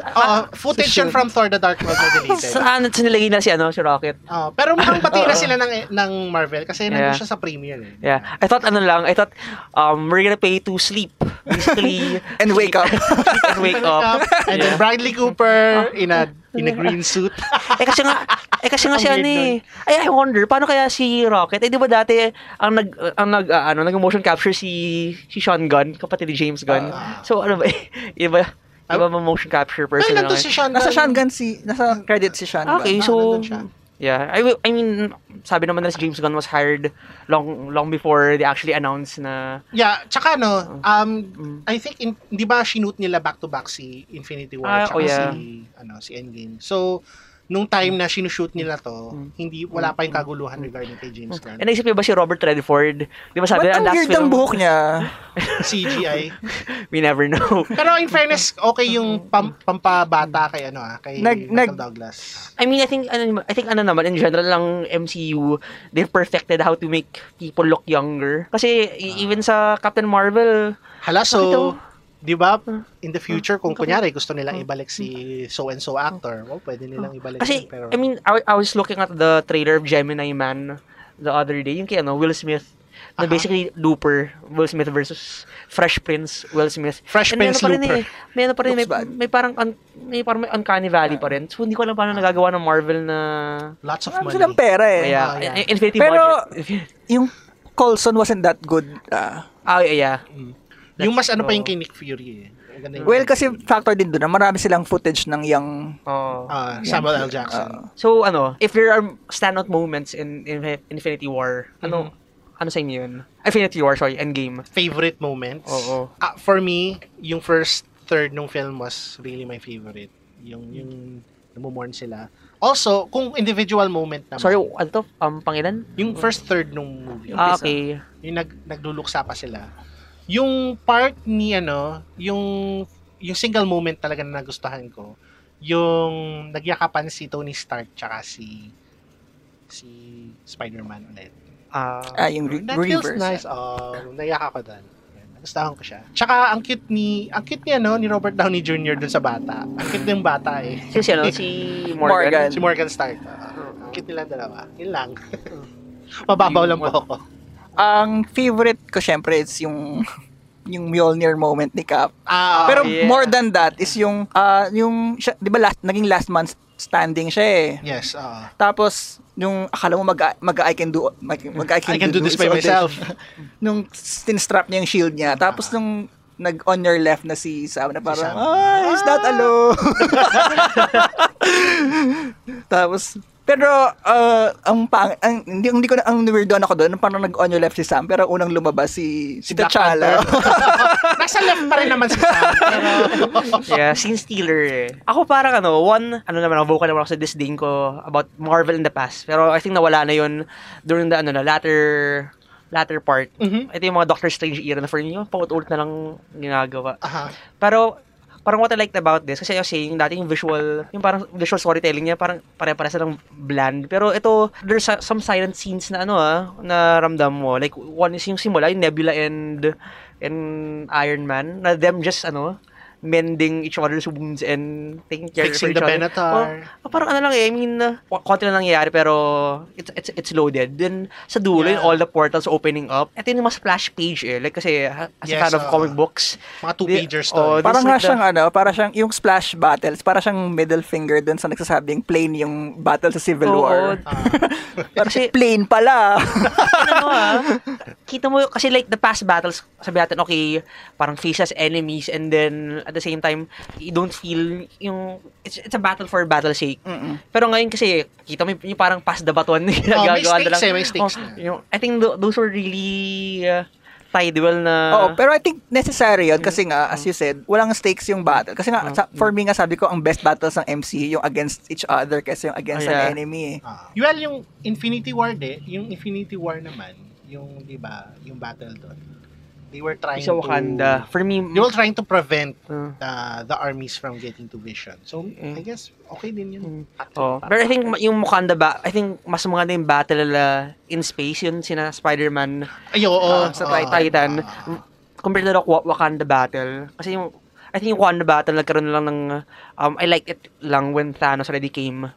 Speaker 2: Oh,
Speaker 4: Ah,
Speaker 2: footage yun from Thor the Dark World na deleted.
Speaker 3: Saan at nilagay na si ano, si Rocket?
Speaker 2: Oh, pero mukhang pati na sila ng, ng Marvel kasi
Speaker 3: Yeah.
Speaker 2: nandun siya sa premiere. Eh.
Speaker 3: Yeah. I thought ano lang, I thought um we're gonna pay to sleep. Basically,
Speaker 4: [laughs] And wake up.
Speaker 3: sleep [laughs] and wake up.
Speaker 2: And then
Speaker 3: Yeah. Ah.
Speaker 2: Bradley Cooper in a in a green
Speaker 3: [laughs]
Speaker 2: suit.
Speaker 3: eh kasi nga eh kasi nga
Speaker 2: Ang
Speaker 3: si ano
Speaker 2: weird
Speaker 3: eh. Ay, I wonder paano kaya si Rocket? Eh di ba dati ang nag ang nag ah, ano, nag motion capture si si Sean Gunn, kapatid ni James Gunn.
Speaker 2: Ah.
Speaker 3: so ano ba [laughs] eh, iba iba mga motion capture
Speaker 2: Pero
Speaker 3: person lang.
Speaker 2: nandun si
Speaker 3: eh.
Speaker 2: Sean.
Speaker 4: nasa
Speaker 2: Gunn.
Speaker 4: Shangan si... Nasa credit si Shangan.
Speaker 3: Okay,
Speaker 2: Ah,
Speaker 3: so
Speaker 2: nandun siya.
Speaker 3: yeah, I will- I mean sabi naman na si James Gunn was hired long long before they actually announced na
Speaker 2: Yeah, tsaka no, um,
Speaker 3: Mm.
Speaker 2: I think, in, di ba shinoot nila back-to-back si Infinity War
Speaker 3: Ah,
Speaker 2: tsaka
Speaker 3: oh, yeah.
Speaker 2: si, ano, si Endgame. So, nung time na sinushoot nila to,
Speaker 3: Mm.
Speaker 2: hindi, wala pa yung kaguluhan regarding kay James
Speaker 3: Eh,
Speaker 2: Gunn.
Speaker 3: naisip niyo ba si Robert Redford? Di ba sabi
Speaker 4: Ba't
Speaker 3: na,
Speaker 4: ang
Speaker 3: last
Speaker 4: weird
Speaker 3: film,
Speaker 4: ang buhok niya?
Speaker 2: CGI.
Speaker 3: [laughs] we never know.
Speaker 2: Pero in fairness, okay yung pam, pampabata kay, ano, ah, kay
Speaker 4: Nag-
Speaker 2: Michael
Speaker 4: nag-
Speaker 2: Douglas.
Speaker 3: I mean, I think, ano, I think ano naman, in general lang MCU, they perfected how to make people look younger. Kasi
Speaker 2: Ah.
Speaker 3: e- even sa Captain Marvel,
Speaker 2: Hala, so, di ba,
Speaker 3: Mm.
Speaker 2: in the future, kung
Speaker 3: Bakit?
Speaker 2: kunyari gusto nilang ibalik si so-and-so actor, well, pwede nilang ibalik.
Speaker 3: Mm. kasi,
Speaker 2: yun, pero,
Speaker 3: I mean, I, I was looking at the trailer of Gemini Man the other day, yung kay ano, Will Smith,
Speaker 2: Aha.
Speaker 3: na basically Looper, Will Smith versus Fresh Prince, Will Smith.
Speaker 2: Fresh
Speaker 3: And may
Speaker 2: Prince
Speaker 3: ano pa rin
Speaker 2: Looper.
Speaker 3: eh, may ano pa rin, may,
Speaker 4: Looks bad.
Speaker 3: may parang, un- may parang may uncanny valley pa rin. So, hindi ko alam paano
Speaker 2: Ah.
Speaker 3: nagagawa ng Marvel na...
Speaker 2: Lots of
Speaker 4: Marami
Speaker 2: money.
Speaker 4: silang pera eh.
Speaker 3: Yeah,
Speaker 2: Ah, yeah.
Speaker 3: in- Infinity
Speaker 4: Pero-
Speaker 3: budget.
Speaker 4: Yung Colson wasn't that good. ah.
Speaker 3: [laughs] Ah, yeah, yeah.
Speaker 2: Yung mas ano pa
Speaker 3: so-
Speaker 2: yung kay Nick Fury eh. Ang ganda yung-
Speaker 4: well, kasi factor din doon na marami silang footage ng young...
Speaker 3: Oh.
Speaker 2: Ah, Samuel L. Jackson.
Speaker 3: So ano, if there are standout moments in, in Infinity War, ano ano sa inyo yun? Infinity War, sorry, Endgame.
Speaker 2: favorite moments?
Speaker 3: Oo.
Speaker 2: Ah, for me, yung first third ng film was really my favorite. Yung yung namumorn sila. Also, kung individual moment naman.
Speaker 3: Sorry, ano to? Um, pangilan?
Speaker 2: Yung first third ng movie.
Speaker 3: Ah, okay.
Speaker 2: Yung nag, nagluluksa pa sila. Yung part ni ano, yung yung single moment talaga na nagustuhan ko, yung nagyakapan si Tony Stark tsaka si si Spider-Man ulit.
Speaker 3: Ah,
Speaker 4: Ah, yung re-
Speaker 2: That
Speaker 4: reverse. ah.
Speaker 2: feels nice. Oh, naiyak ako doon. Nagustuhan ko siya. Tsaka, ang cute ni, ang cute ni, ano, ni Robert Downey Jr. dun sa bata. Ang cute ng bata eh.
Speaker 3: si, si, ano, si Morgan.
Speaker 4: Morgan.
Speaker 2: Si Morgan Stark. Ah, ang cute nila dalawa. Yun
Speaker 4: [laughs]
Speaker 2: lang. Mababaw lang po ako.
Speaker 4: Ang favorite ko syempre it's yung [laughs] yung Mjolnir moment ni Cap.
Speaker 2: Ah,
Speaker 4: Pero
Speaker 3: yeah.
Speaker 4: more than that is yung ah, yung siya- 'di ba last naging last month standing siya eh.
Speaker 2: yes. ah. oo.
Speaker 4: Tapos yung akala mo mag mag I can do mag, mag- I,
Speaker 2: I can do this by
Speaker 4: all
Speaker 2: myself.
Speaker 4: [laughs] Nung tinstrap niya yung shield niya. Tapos nung nag on your left na si Sam na
Speaker 2: Sam.
Speaker 4: parang ah, he's not
Speaker 2: [laughs]
Speaker 4: alone. Tapos pero ah, ang pang ang hindi, hindi ko na ang weirdo ako doon parang nag on your left si Sam pero unang lumabas si si
Speaker 2: Black
Speaker 4: T'Challa.
Speaker 2: Nasa left pa rin naman si [laughs] Sam. Pero,
Speaker 3: [laughs] yeah, scene stealer eh. Ako parang ano, one, ano naman, ako, vocal naman ako sa disdain ko about Marvel in the past. Pero I think nawala na yun during the ano na, latter latter part.
Speaker 2: Mhm.
Speaker 3: Ito yung mga Doctor Strange era na for yun, paulit-ulit na lang ginagawa.
Speaker 2: aha.
Speaker 3: Pero, parang what I liked about this, kasi I was saying, dati yung visual, yung parang visual storytelling niya, parang pare-pares silang bland. Pero ito, there's a- some silent scenes na ano ah, na ramdam mo. Like, one is yung simula, yung Nebula and, and Iron Man, na them just ano, mending each other's wounds and taking care
Speaker 2: Fixing
Speaker 3: for each
Speaker 2: the
Speaker 3: other.
Speaker 2: Benatar.
Speaker 3: Oh, parang ano lang eh, I mean, uh, konti na nangyayari pero it's, it's, it's loaded. Then, sa dulo,
Speaker 2: Yeah.
Speaker 3: yun, all the portals opening up. Ito yung mga splash page eh. Like, kasi ha- as
Speaker 2: Yes,
Speaker 3: a fan of
Speaker 2: ah.
Speaker 3: comic books,
Speaker 2: Mga two
Speaker 3: Di-
Speaker 2: pagers
Speaker 3: oh,
Speaker 2: to. eh.
Speaker 3: di-
Speaker 4: Parang
Speaker 3: Just
Speaker 4: nga
Speaker 3: like
Speaker 4: siyang ano, para siyang yung splash battles, para siyang middle finger dun sa nagsasabing plain yung battle sa Civil
Speaker 3: Oo.
Speaker 4: War.
Speaker 2: Ah.
Speaker 4: Parang
Speaker 3: Kasi-
Speaker 4: plain
Speaker 3: [laughs]
Speaker 4: pala.
Speaker 3: ano mo ah, kita mo, kasi like the past battles, sabi natin, okay, parang face as enemies and then at the same time, you don't feel yung, it's, it's a battle for battle's sake. Pero ngayon kasi, kita mo yung parang pass the baton [laughs] na
Speaker 2: Oh, may
Speaker 3: ginagawa na
Speaker 2: stakes eh, may stakes
Speaker 3: Oh,
Speaker 2: na.
Speaker 3: yung, I think tho- those were really uh, tidal na...
Speaker 4: Oo, pero I think necessary
Speaker 3: Mm.
Speaker 4: yun kasi nga, as you said, walang stakes yung battle. Kasi nga, sa- for me nga sabi ko, ang best battles ng MCU yung against each other kasi yung against
Speaker 3: Oh, yeah.
Speaker 4: an enemy. eh.
Speaker 2: Ah. well, yung Infinity War de, yung Infinity War naman, yung 'di ba, yung battle doon. They were trying
Speaker 3: sa Wakanda.
Speaker 2: to
Speaker 3: For me,
Speaker 2: They were trying to prevent
Speaker 3: uh,
Speaker 2: uh, the armies from getting to Vision. So, I guess okay din yun.
Speaker 3: Mm.
Speaker 2: Actually,
Speaker 3: oh.
Speaker 2: parang-
Speaker 3: Pero I think ma- yung Wakanda ba, I think mas mga na yung battle uh, in space yun sina Spider-Man
Speaker 2: Ay, oo,
Speaker 3: uh,
Speaker 2: oo.
Speaker 3: sa Ti- Titan.
Speaker 2: Ah.
Speaker 3: Compared na Wak- Wakanda battle. Kasi yung, I think yung Wakanda battle nagkaroon lang ng, um, I like it lang when Thanos already came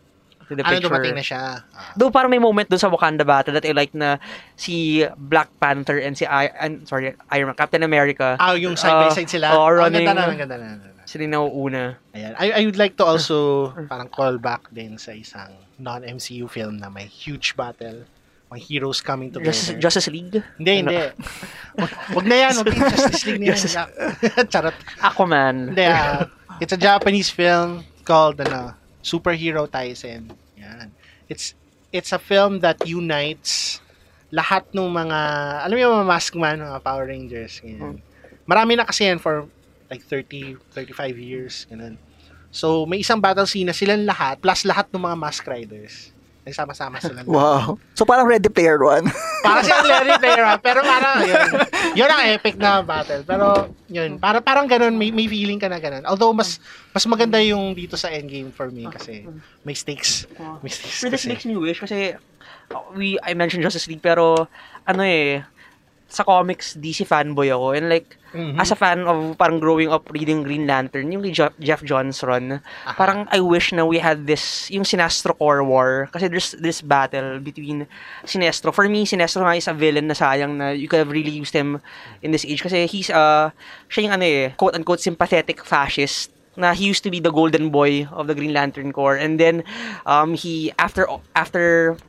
Speaker 3: to the
Speaker 2: ano
Speaker 3: picture.
Speaker 2: dumating na siya? Ah.
Speaker 3: Though parang may moment doon sa Wakanda battle that I like na si Black Panther and si I, and, sorry, Iron Man, Captain America.
Speaker 2: Ah, yung side by side sila. Oh,
Speaker 3: oh, running.
Speaker 2: ganda na, ang ganda na, ang ganda na.
Speaker 3: sila yung nauuna.
Speaker 2: Ayan. I, I would like to also parang call back din sa isang non-MCU film na may huge battle. May heroes coming together.
Speaker 3: Justice, Justice League?
Speaker 2: hindi,
Speaker 3: ano? [laughs]
Speaker 2: hindi. Wag- Wag na yan. Wag na yung Justice League na yan.
Speaker 3: Justice-
Speaker 2: [laughs] Charot.
Speaker 3: Aquaman.
Speaker 2: Hindi, ah, it's a Japanese film called ano, Superhero Tyson. Yan. It's it's a film that unites lahat ng mga alam mo yung mga Maskman, mga Power Rangers. Ganyan. Marami na kasi yan for like 30, 35 years. Ganun. So, may isang battle scene na silang lahat, plus lahat ng mga Mask Riders. Nagsama-sama sila.
Speaker 4: Wow. So parang Ready Player
Speaker 2: [laughs]
Speaker 4: One.
Speaker 2: Para siyang Larry Player, ah. pero parang yun, yun ang epic na battle. Pero yun, para parang ganun, may, may feeling ka na ganun. Although mas mas maganda yung dito sa endgame for me kasi may stakes. May stakes
Speaker 3: Pero this
Speaker 2: kasi.
Speaker 3: makes me wish kasi uh, we I mentioned Justice League pero ano eh sa comics DC fanboy ako and like
Speaker 2: Mhm.
Speaker 3: as a fan of parang growing up reading Green Lantern yung kay Jeff, Jeff Johns run parang I wish na we had this yung Sinestro Core War kasi there's this battle between Sinestro for me Sinestro nga is a villain na sayang na you could have really used him in this age kasi he's uh siya yung ano eh quote unquote sympathetic fascist na he used to be the golden boy of the Green Lantern Corps and then um he after after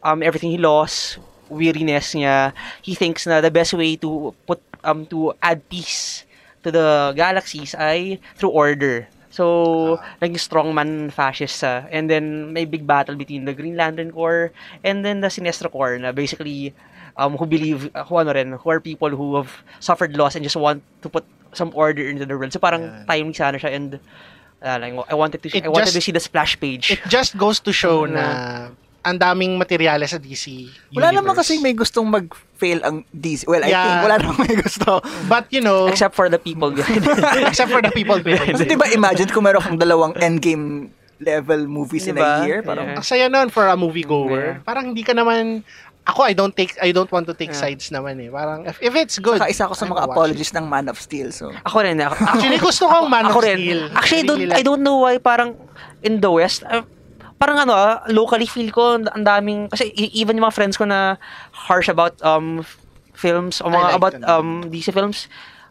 Speaker 3: um everything he lost weariness niya he thinks na the best way to put um to add peace to the galaxies ay through order so
Speaker 2: Ah.
Speaker 3: naging strongman fascist sa and then may big battle between the Green Lantern Corps and then the Sinestro Corps na basically um who believe uh, who ano rin who are people who have suffered loss and just want to put some order into the world so parang
Speaker 2: Yan.
Speaker 3: timely sana siya and uh, like, I wanted to
Speaker 2: It
Speaker 3: I wanted
Speaker 2: just-
Speaker 3: to see the splash page
Speaker 2: It just goes to show na ang daming materyales sa DC universe.
Speaker 4: Wala naman kasi may gustong mag-fail ang DC. Well, I
Speaker 2: Yeah.
Speaker 4: think wala naman may
Speaker 3: [laughs]
Speaker 4: gusto.
Speaker 2: But you know, except,
Speaker 3: except for the people
Speaker 2: [laughs]
Speaker 3: behind
Speaker 2: for the people behind
Speaker 4: Kasi
Speaker 2: it.
Speaker 4: diba imagine kung meron kang dalawang endgame level movies in
Speaker 3: Diba?
Speaker 4: a year. Parang,
Speaker 3: Yeah.
Speaker 2: Ang saya nun for a moviegoer.
Speaker 3: Yeah.
Speaker 2: Parang hindi ka naman ako I don't take I don't want to take
Speaker 3: Yeah.
Speaker 2: sides naman eh. Parang if, if it's good.
Speaker 4: saka isa ako sa
Speaker 2: I'll
Speaker 4: mga
Speaker 2: watch it.
Speaker 4: apologies ng Man of Steel. So,
Speaker 3: Ako rin. Ako,
Speaker 2: [laughs] Actually, gusto ko ang Man of
Speaker 3: ako rin.
Speaker 2: Steel.
Speaker 3: Actually, I don't,
Speaker 2: Really like-
Speaker 3: I don't know why parang in the West, ah, parang ano, ah, locally feel ko ang ang daming, kasi e- even yung mga friends ko na harsh about um f- films o
Speaker 2: I
Speaker 3: mga
Speaker 2: like
Speaker 3: about
Speaker 2: them.
Speaker 3: um DC films,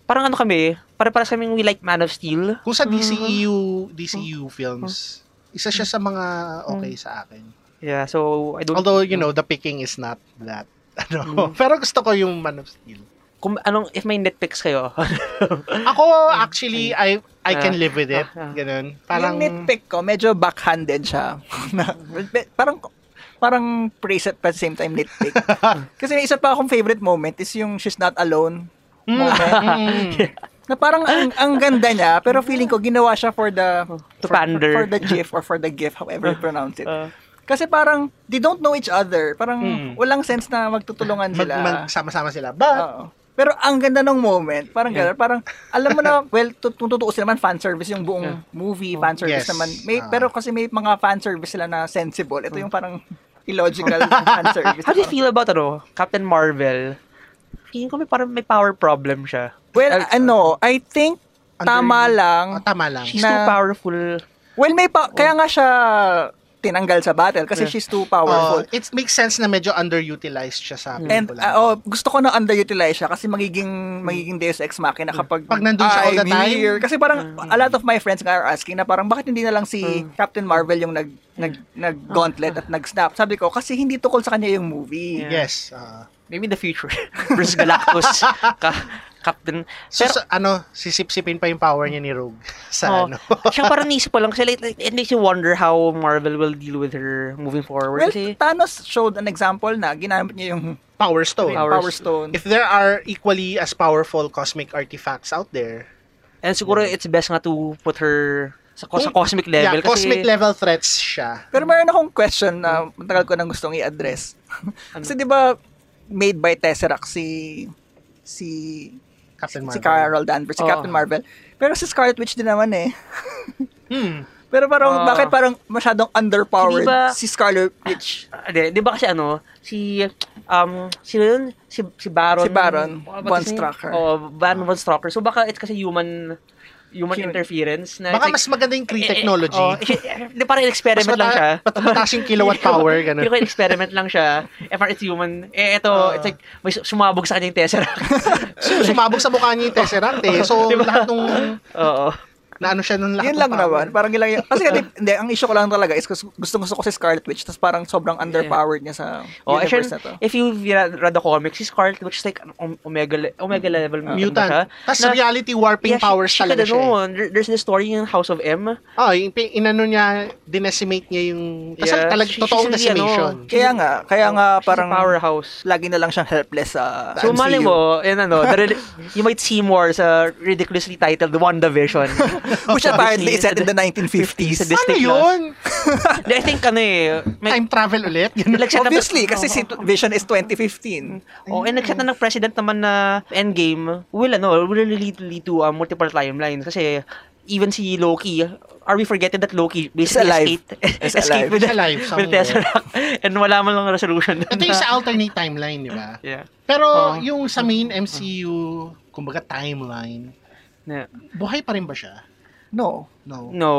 Speaker 3: parang ano kami, pare-pares kaming we like Man of Steel.
Speaker 2: Kung sa E DCEU, DCEU films, isa siya sa mga okay sa akin.
Speaker 3: Yeah, so I don't
Speaker 2: Although, you know, the picking is not that. [laughs] Ano. Pero gusto ko yung Man of Steel.
Speaker 3: kung anong if may Netflix kayo. [laughs]
Speaker 2: Ako, actually, I I can live with it.
Speaker 3: Ah, ah.
Speaker 2: Ganun. Parang,
Speaker 4: yung nitpick ko, medyo backhanded siya. [laughs] Na- be- parang, parang praise at the same time
Speaker 2: [laughs]
Speaker 4: nitpick. Kasi may isa pa akong favorite moment is yung She's Not Alone
Speaker 2: Mm,
Speaker 4: moment.
Speaker 2: [laughs] mm,
Speaker 4: na parang ang, ang ganda niya, pero feeling ko ginawa siya for the...
Speaker 3: To
Speaker 4: for,
Speaker 3: pander.
Speaker 4: For, for the gif or for the gif, however you
Speaker 2: [laughs]
Speaker 4: pronounce it.
Speaker 3: Uh,
Speaker 4: Kasi parang, they don't know each other. Parang
Speaker 2: Hmm.
Speaker 4: walang sense na magtutulungan
Speaker 2: mag,
Speaker 4: sila.
Speaker 2: sama sila. But,
Speaker 4: Oo. Pero ang ganda ng moment, parang gano'n, parang alam mo
Speaker 3: [laughs]
Speaker 4: na, well, tut- kung tutuusin naman, fan service yung buong
Speaker 3: Yeah. Oh,
Speaker 4: movie, fan service
Speaker 2: Yes.
Speaker 4: naman. May,
Speaker 2: Ah.
Speaker 4: Pero kasi may mga fan service sila na sensible. Ito yung parang illogical
Speaker 3: [laughs]
Speaker 4: fan service.
Speaker 3: Hmm. how do you feel about ano, Captain Marvel? Feeling ko may parang may power problem siya.
Speaker 4: Well,
Speaker 3: Uh,
Speaker 4: ano, I think Tama lang.
Speaker 2: Oh, tama lang.
Speaker 3: She's too
Speaker 4: Na-
Speaker 3: powerful.
Speaker 4: Well, may pa- kaya nga siya tinanggal sa battle kasi she's
Speaker 2: Oh,
Speaker 4: too powerful.
Speaker 2: it makes sense na medyo underutilized siya sa
Speaker 4: And
Speaker 2: pelikula.
Speaker 4: ah, oh, gusto ko na underutilize siya kasi
Speaker 3: Hmm.
Speaker 4: magiging magiging Deus Ex Machina kapag
Speaker 2: Pag nandun siya all the
Speaker 4: I'm
Speaker 2: time.
Speaker 4: here. Kasi parang
Speaker 3: Hmm.
Speaker 4: a lot of my friends nga are asking na parang bakit hindi na lang si Captain Marvel yung nag nag
Speaker 3: Hmm.
Speaker 4: nag gauntlet at nag snap. Sabi ko kasi hindi tukol sa kanya yung movie.
Speaker 3: Ah. Yeah.
Speaker 2: Yes. ah.
Speaker 3: Maybe in the future. [laughs]
Speaker 2: [laughs]
Speaker 3: Bruce Galactus. Ka- Captain.
Speaker 2: so,
Speaker 3: Pero-
Speaker 2: sa- ano, sisip-sipin pa yung power niya ni Rogue [laughs] sa
Speaker 3: Oh.
Speaker 2: ano.
Speaker 3: [laughs] Siya parang naisip ko lang kasi like, like, it makes you wonder how Marvel will deal with her moving forward.
Speaker 4: Well,
Speaker 3: kasi,
Speaker 4: Thanos showed an example na ginamit niya yung
Speaker 2: Power Stone.
Speaker 3: [laughs] Power-
Speaker 4: Power Stone.
Speaker 2: If there are equally as powerful cosmic artifacts out there,
Speaker 3: and siguro it's best nga to put her sa, co- sa cosmic
Speaker 2: yeah,
Speaker 3: level.
Speaker 2: cosmic
Speaker 3: kasi,
Speaker 2: level threats siya.
Speaker 4: Pero mayroon akong question na matagal ko nang gustong i-address.
Speaker 3: Ano?
Speaker 4: [laughs] Kasi 'di ba made by Tesseract si si
Speaker 2: Captain Marvel. Oh.
Speaker 4: si Carol Danvers, si
Speaker 3: Oo.
Speaker 4: Captain Marvel. Pero si Scarlet Witch din naman eh.
Speaker 2: Hmm.
Speaker 4: [laughs] Pero
Speaker 3: Oo.
Speaker 4: parang bakit parang masyadong underpowered
Speaker 3: Hindi ba-
Speaker 4: si Scarlet Witch?
Speaker 3: Ah, Di, di ba kasi ano, si, um, sino yun? Si, si Baron.
Speaker 4: Si Baron
Speaker 3: Oh,
Speaker 4: Von
Speaker 3: what's his name?
Speaker 4: Strucker.
Speaker 3: Oh, Baron Von Strucker. So baka it's kasi human human
Speaker 4: Human.
Speaker 3: interference. Na,
Speaker 2: Baka
Speaker 3: it's
Speaker 2: mas maganda yung Kree
Speaker 3: eh, eh,
Speaker 2: technology.
Speaker 3: oh, eh, eh, Di parang experiment
Speaker 2: Mas
Speaker 3: lang
Speaker 2: mata-
Speaker 3: siya.
Speaker 2: mat- mataas yung
Speaker 3: [laughs]
Speaker 2: kilowatt power, ganun.
Speaker 3: Pero experiment lang siya. Eh, parang it's human. Eh, ito,
Speaker 2: Ah.
Speaker 3: it's like, may su- sumabog sa kanya yung Tesseract. [laughs]
Speaker 2: So, sumabog sa mukha niya yung Tesseract eh. So,
Speaker 3: Diba?
Speaker 2: lahat nung,
Speaker 3: Oo. Oh,
Speaker 2: na ano siya nung lahat
Speaker 4: Yun
Speaker 2: ng
Speaker 4: lang
Speaker 2: power.
Speaker 3: Ah,
Speaker 4: naman. Parang yun lang yun. Kasi hindi,
Speaker 3: [laughs]
Speaker 4: hindi, ang issue ko lang talaga is gusto, gusto ko si Scarlet Witch tapos parang sobrang underpowered niya sa
Speaker 3: Oh, actually,
Speaker 4: universe na to.
Speaker 3: if you read the comics, si Scarlet, which is like an om- omega, le- omega
Speaker 4: Mm-hmm.
Speaker 3: level
Speaker 2: Mutant.
Speaker 3: ba diba siya?
Speaker 2: Tapos
Speaker 3: Na-
Speaker 2: reality warping
Speaker 3: Yeah, she-
Speaker 2: powers
Speaker 3: she
Speaker 2: talaga
Speaker 3: could,
Speaker 2: siya.
Speaker 3: ano,
Speaker 2: eh.
Speaker 3: there- There's the story in House of M.
Speaker 2: Oh, in, inano niya, dinestimate niya yung, kasi
Speaker 3: Yeah,
Speaker 2: talaga,
Speaker 3: she-
Speaker 2: totoong
Speaker 3: she's really, ano,
Speaker 2: decimation.
Speaker 4: Kaya nga, kaya nga
Speaker 3: She's a
Speaker 4: parang
Speaker 3: powerhouse.
Speaker 4: lagi na lang siyang helpless sa
Speaker 3: So,
Speaker 4: MCU.
Speaker 3: mali mo, yun ano, the rel- you might see more sa ridiculously titled WandaVision.
Speaker 4: [laughs]
Speaker 3: [laughs]
Speaker 4: Which apparently is set in the 1950s.
Speaker 3: Sadistic
Speaker 2: ano
Speaker 3: lang.
Speaker 2: yun?
Speaker 3: I think, ano eh, may,
Speaker 2: Time travel
Speaker 3: [laughs]
Speaker 2: ulit?
Speaker 3: nag
Speaker 4: Obviously, kasi si Vision is 2015.
Speaker 3: Oh, and nagset na ng president naman na Endgame will ano, will really lead, lead to uh, multiple timelines kasi even si Loki, are we forgetting that Loki basically
Speaker 4: alive.
Speaker 3: escaped,
Speaker 4: [laughs] Is
Speaker 3: escaped
Speaker 4: alive.
Speaker 2: Is
Speaker 3: with,
Speaker 2: alive
Speaker 3: with
Speaker 2: somewhere.
Speaker 3: Tesseract [laughs] and wala man lang resolution.
Speaker 2: Ito yung sa alternate timeline, di ba?
Speaker 3: Yeah.
Speaker 2: Pero
Speaker 3: Oo.
Speaker 2: yung sa main MCU, kumbaga timeline,
Speaker 3: Yeah.
Speaker 2: buhay pa rin ba siya?
Speaker 4: No.
Speaker 2: No. diba?
Speaker 3: No.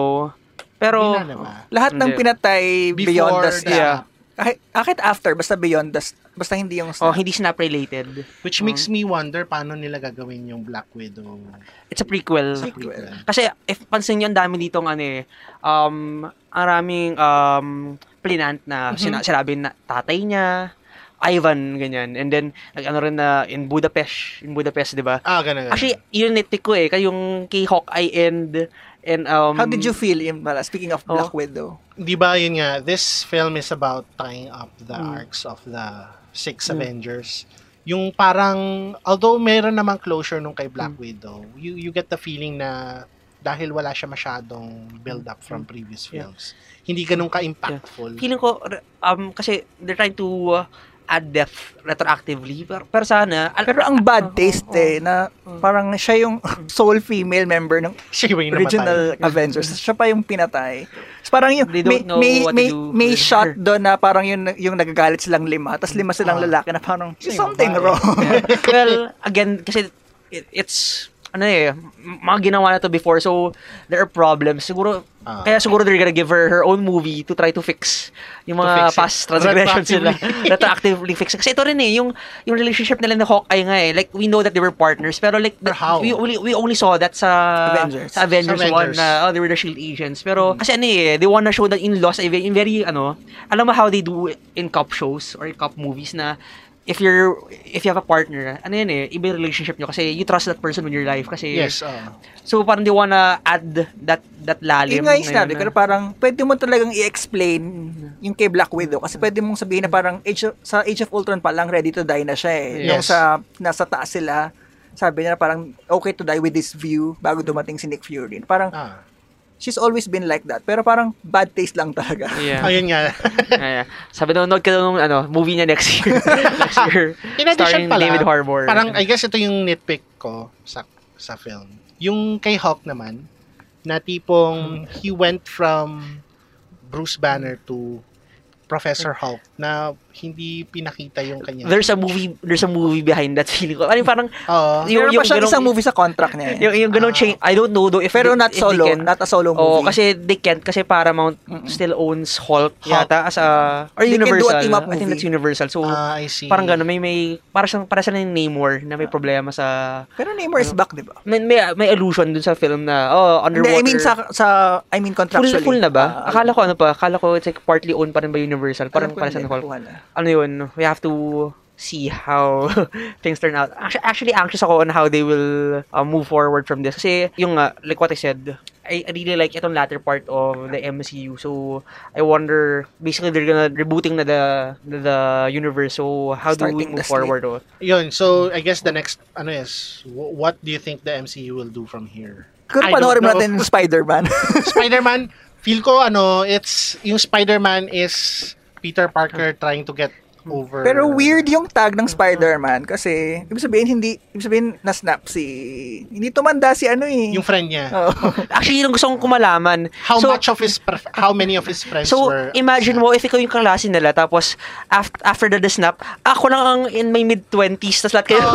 Speaker 3: Pero
Speaker 2: Hindi na, di ba?
Speaker 4: Lahat ng
Speaker 3: Hindi.
Speaker 4: pinatay beyond
Speaker 2: Before
Speaker 4: the
Speaker 2: the-
Speaker 4: snap.
Speaker 3: yeah.
Speaker 4: Kahit, kahit after, basta beyond the snap. Basta hindi yung
Speaker 3: Oh,
Speaker 4: snap.
Speaker 3: hindi snap related.
Speaker 2: Which makes me wonder paano nila gagawin yung Black Widow.
Speaker 3: It's a prequel.
Speaker 4: Sequel.
Speaker 3: Kasi if pansin niyo ang dami ditong ano eh um ang raming um plinant
Speaker 4: Mhm.
Speaker 3: na sina- sinabi na tatay niya Ivan ganyan and then nag ano rin na in Budapest in Budapest 'di ba
Speaker 2: Ah, ganun. ganun.
Speaker 3: Actually yun nitpick ko eh kay- yung kay Hawkeye and and um
Speaker 4: How did you feel, Im? Mala? Speaking of
Speaker 3: Oh.
Speaker 4: Black Widow.
Speaker 2: di ba yun nga, this film is about tying up the
Speaker 3: Hmm.
Speaker 2: arcs of the six Avengers. Yung parang, although meron namang closure nung kay
Speaker 3: Hmm.
Speaker 2: Black Widow, you, you get the feeling na dahil wala siya masyadong build-up from previous films. Hindi ganun ka-impactful.
Speaker 3: Hmm. feeling ko re- um kasi they're trying to uh, add depth retroactively pero, pero sana al-
Speaker 4: Pero ang bad taste eh, na parang siya yung [laughs] sole female member ng
Speaker 2: Siya yung namatay.
Speaker 4: original Avengers. Siya pa yung pinatay. So, parang yung,
Speaker 3: They
Speaker 4: may,
Speaker 3: don't know
Speaker 4: may,
Speaker 3: what to
Speaker 4: may,
Speaker 3: do.
Speaker 4: may shot doon na parang yung, yung nagagalit silang lima, tapos lima silang
Speaker 2: Ah.
Speaker 4: lalaki na parang,
Speaker 2: Sino
Speaker 4: something
Speaker 2: ba?
Speaker 4: wrong.
Speaker 3: well, again, kasi it, it's, ano eh, m- mga ginawa na to before, so there are problems. Siguro,
Speaker 2: Ah.
Speaker 3: kaya siguro they're gonna give her her own movie to try to fix yung mga
Speaker 2: fix it.
Speaker 3: past transgressions nila.
Speaker 2: Retroactively.
Speaker 3: Retroactively fix. Kasi ito rin eh, yung, yung relationship nila ni Hawkeye nga eh, like, we know that they were partners, pero like,
Speaker 2: But how?
Speaker 3: we, only, we only saw that sa
Speaker 4: Avengers.
Speaker 3: Sa Avengers,
Speaker 2: Sa Avengers.
Speaker 3: 1 na, oh, they were the SHIELD agents. Pero, kasi ano eh, they wanna show that in Lost, in in very, ano, alam mo how they do in cop shows or in cop movies na if you're if you have a partner, ano yan eh, iba yung relationship nyo kasi you trust that person with your life kasi
Speaker 2: Yes, oh. oo.
Speaker 3: so parang they wanna add that that lalim.
Speaker 4: Yun nga yung
Speaker 3: na
Speaker 4: sinabi
Speaker 3: yun ah.
Speaker 4: ko na
Speaker 3: na-
Speaker 4: parang pwede mo talagang i-explain yung kay Black Widow kasi pwede mong sabihin na parang Age of- sa Age of Ultron pa lang ready to die na siya eh.
Speaker 2: Yes.
Speaker 4: Yung sa nasa taas sila, sabi niya na parang okay to die with this view bago dumating si Nick Fury. Parang
Speaker 2: Ah.
Speaker 4: she's always been like that pero parang bad taste lang talaga.
Speaker 3: Yeah.
Speaker 2: Ayun nga.
Speaker 3: Ayan. Sabi daw, nanonood ka daw nung ano, movie niya next year. next year.
Speaker 2: [laughs] In addition
Speaker 3: starring
Speaker 2: pala,
Speaker 3: David Harbour.
Speaker 2: parang I guess ito yung nitpick ko sa sa film. Yung kay Hawk naman, na tipong he went from Bruce Banner to Professor Hulk na hindi pinakita yung kanya.
Speaker 3: There's a movie, there's a movie behind that feeling ko. Ano yung parang,
Speaker 2: Oo.
Speaker 3: [laughs]
Speaker 4: Yung,
Speaker 3: yung-
Speaker 4: Meron pa siyang
Speaker 3: yung-
Speaker 4: isang movie sa contract niya. Eh.
Speaker 3: yung, yung ganong
Speaker 2: Ah.
Speaker 3: change, I don't know though if
Speaker 4: Pero
Speaker 3: they-
Speaker 4: not
Speaker 3: if they
Speaker 4: solo,
Speaker 3: can-
Speaker 4: not a solo movie.
Speaker 3: Oo, kasi they can't kasi Paramount still owns Hulk,
Speaker 2: Hulk.
Speaker 3: yata as a or
Speaker 4: They can do a
Speaker 3: Universal.
Speaker 4: team-up
Speaker 3: I think
Speaker 4: movie.
Speaker 3: that's Universal. So
Speaker 2: Ah, I see.
Speaker 3: parang gano'n, may may para sa para sa Namor na may
Speaker 4: Ah.
Speaker 3: problema sa
Speaker 4: Pero Neymar
Speaker 3: Ano?
Speaker 4: is back, di ba?
Speaker 3: may may, may allusion dun sa film na oh
Speaker 4: Hindi,
Speaker 3: underwater.
Speaker 4: I mean sa, sa I mean
Speaker 3: full,
Speaker 4: contractually.
Speaker 3: full na ba?
Speaker 4: Ah,
Speaker 3: Akala ko ano pa, akala ko it's like partly owned pa rin by Universal, parang
Speaker 4: alam ko
Speaker 3: para sa
Speaker 4: hindi,
Speaker 3: Hulk.
Speaker 4: nakuha na.
Speaker 3: Ano yun, we have to see how [laughs] things turn out. Actu- Actually, anxious ako on how they will uh, move forward from this. Kasi yung nga, like what I said, I I really like itong latter part of the MCU. So, I wonder, basically they're gonna rebooting na the na the universe. So, how do we
Speaker 4: Starting
Speaker 3: move
Speaker 4: the slate.
Speaker 3: forward? Oh?
Speaker 2: Yun, so I guess the next, ano is, wh- what do you think the MCU will do from here?
Speaker 4: Kung
Speaker 3: I
Speaker 4: panoorin
Speaker 3: don't know.
Speaker 4: natin Spider-Man.
Speaker 3: [laughs]
Speaker 2: Spider-Man, feel ko, ano, it's, yung Spider-Man is Peter Parker trying to get over.
Speaker 4: Pero weird yung tag ng Spider-Man kasi ibig sabihin hindi ibig sabihin na snap si hindi tumanda si ano eh.
Speaker 2: Yung friend niya.
Speaker 4: [laughs] Oo.
Speaker 3: Actually, yun ang gusto kong kumalaman.
Speaker 2: How
Speaker 3: So-
Speaker 2: much of his, pref- how many of his friends
Speaker 3: So,
Speaker 2: were...
Speaker 3: imagine mo, if ikaw yung kaklase nila, tapos, after, after the snap, ako lang ang in my mid-twenties, tapos lahat kayo, [laughs]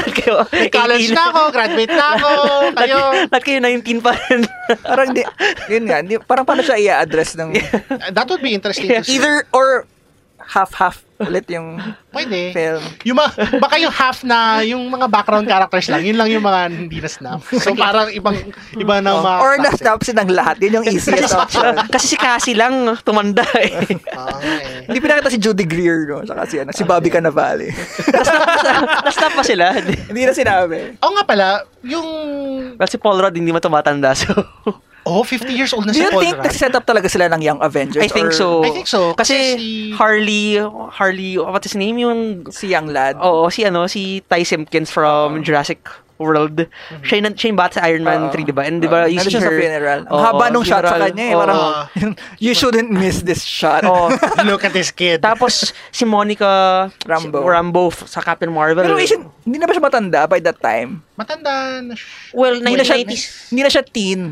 Speaker 3: lahat kayo,
Speaker 2: Ah. May college
Speaker 3: 18.
Speaker 2: na
Speaker 4: [laughs]
Speaker 2: ako, graduate na ako,
Speaker 3: [laughs]
Speaker 2: kayo.
Speaker 3: Lahat, lahat kayo 19 pa rin.
Speaker 4: parang di, yun nga, di, parang paano siya i-address ng
Speaker 2: That would be interesting to see.
Speaker 4: either or half-half ulit yung
Speaker 2: Pwede.
Speaker 4: film.
Speaker 2: Yung ma- baka yung half na yung mga background characters lang, yun lang yung mga hindi na
Speaker 4: [laughs]
Speaker 2: snap. So parang ibang iba na mga
Speaker 4: Oh. or na
Speaker 2: klase.
Speaker 4: snap si ng lahat. Yun yung easiest option.
Speaker 3: [laughs] Kasi si Cassie lang tumanda
Speaker 4: [laughs]
Speaker 3: eh.
Speaker 2: Ah, eh.
Speaker 4: Hindi pinakita si Judy Greer, no? Saka si, ano, si Bobby Cannavale.
Speaker 3: Nasta pa
Speaker 4: [laughs]
Speaker 3: sila.
Speaker 4: Hindi na sinabi.
Speaker 2: Oo nga pala, yung
Speaker 3: Well, si Paul Rudd hindi man tumatanda,
Speaker 4: [laughs]
Speaker 3: so...
Speaker 2: oh 50 years old na si
Speaker 4: Do you
Speaker 2: Paul
Speaker 4: think
Speaker 2: Rudd.
Speaker 4: nagsiset up talaga sila ng Young Avengers?
Speaker 3: I think
Speaker 4: or
Speaker 3: so.
Speaker 2: I think so,
Speaker 3: Kasi,
Speaker 2: kasi si-
Speaker 3: Harley, Harley, what's his name? Yung
Speaker 4: Si Young Lad.
Speaker 3: Oo, si ano, si Ty Simpkins from Jurassic World. Siya yung, siya yung bat sa Iron Man
Speaker 4: Mm-hmm. Oo.
Speaker 3: 3, di ba? And di ba, you
Speaker 4: Nandun
Speaker 3: see
Speaker 4: siya
Speaker 3: her...
Speaker 4: sa funeral. Ang
Speaker 3: Oo,
Speaker 4: haba nung shot sa
Speaker 3: funeral.
Speaker 4: kanya. Eh.
Speaker 3: Oo.
Speaker 4: [laughs] Parang, you shouldn't miss this shot. [laughs]
Speaker 3: Oo.
Speaker 2: Look at this kid.
Speaker 3: Tapos, si Monica si
Speaker 4: Rambo.
Speaker 3: Rambo f- sa Captain Marvel.
Speaker 4: Pero isn't, hindi na ba siya matanda by that time?
Speaker 2: Matanda na siya.
Speaker 3: Well,
Speaker 4: Hindi na siya,
Speaker 3: 1990s.
Speaker 4: hindi na siya teen.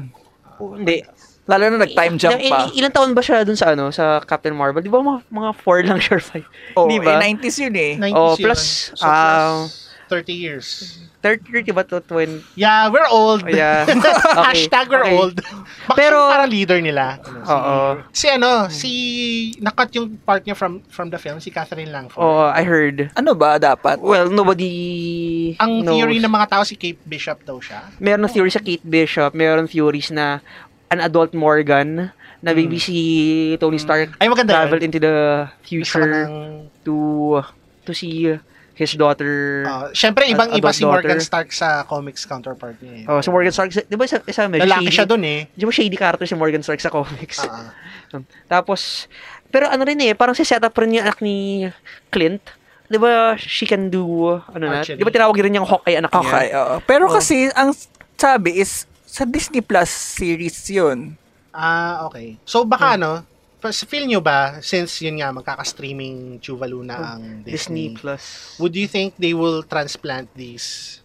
Speaker 3: Hindi.
Speaker 4: Lalo na nag-time jump
Speaker 3: Il-
Speaker 4: pa.
Speaker 3: il- ilang taon ba siya dun sa ano sa Captain Marvel? Di ba mga, mga 4 lang siya [laughs] or 5?
Speaker 4: Oo,
Speaker 3: Di ba?
Speaker 4: eh, 90s yun eh.
Speaker 2: 90s
Speaker 3: Oh,
Speaker 2: yun.
Speaker 3: plus,
Speaker 2: So,
Speaker 4: um,
Speaker 3: ah,
Speaker 2: plus 30 years.
Speaker 3: 30 ba to 20?
Speaker 2: Yeah, we're old.
Speaker 3: Oh,
Speaker 2: [laughs]
Speaker 3: yeah. Okay,
Speaker 2: Hashtag we're
Speaker 3: okay.
Speaker 2: old. Baka
Speaker 3: Pero-
Speaker 2: Pero, para leader nila.
Speaker 3: Oo.
Speaker 2: Si ano, si nakat yung part niya from from the film si Catherine Langford.
Speaker 3: Oo, I heard.
Speaker 4: Ano ba dapat?
Speaker 3: Well, nobody
Speaker 2: Ang theory
Speaker 3: knows.
Speaker 2: ng mga tao si Kate Bishop daw siya.
Speaker 3: meron theory sa Kate Bishop, meron theories na an adult Morgan na maybe
Speaker 4: Hmm.
Speaker 3: si Tony Stark
Speaker 2: Hmm. Ay, maganda yun.
Speaker 3: traveled into the
Speaker 2: Gusto ko
Speaker 3: future
Speaker 2: ng-
Speaker 3: to to see his daughter.
Speaker 2: Ah, syempre,
Speaker 3: Ad-
Speaker 2: ibang-iba
Speaker 3: adult
Speaker 2: si Morgan
Speaker 3: daughter.
Speaker 2: Stark sa comics counterpart niya. eh.
Speaker 3: oh, si Morgan Stark, di ba isa, isa medyo
Speaker 2: Lalaki
Speaker 3: shady?
Speaker 2: siya dun eh.
Speaker 3: Di ba shady character si Morgan Stark sa comics?
Speaker 2: Ah,
Speaker 3: Tapos, pero ano rin eh, parang si setup rin yung anak ni Clint. Di ba, she can do, ano na,
Speaker 2: Archery.
Speaker 3: di ba tinawag rin niyang Hawkeye anak niya?
Speaker 4: Okay, oo. Pero
Speaker 3: Oo.
Speaker 4: kasi, ang sabi is, sa Disney Plus series yun.
Speaker 2: ah, okay. So,
Speaker 3: Hmm.
Speaker 2: baka ano, pas- feel nyo ba, since yun nga, magkaka-streaming Chuvalu na ang
Speaker 3: Disney
Speaker 2: Disney,
Speaker 3: Plus.
Speaker 2: would you think they will transplant these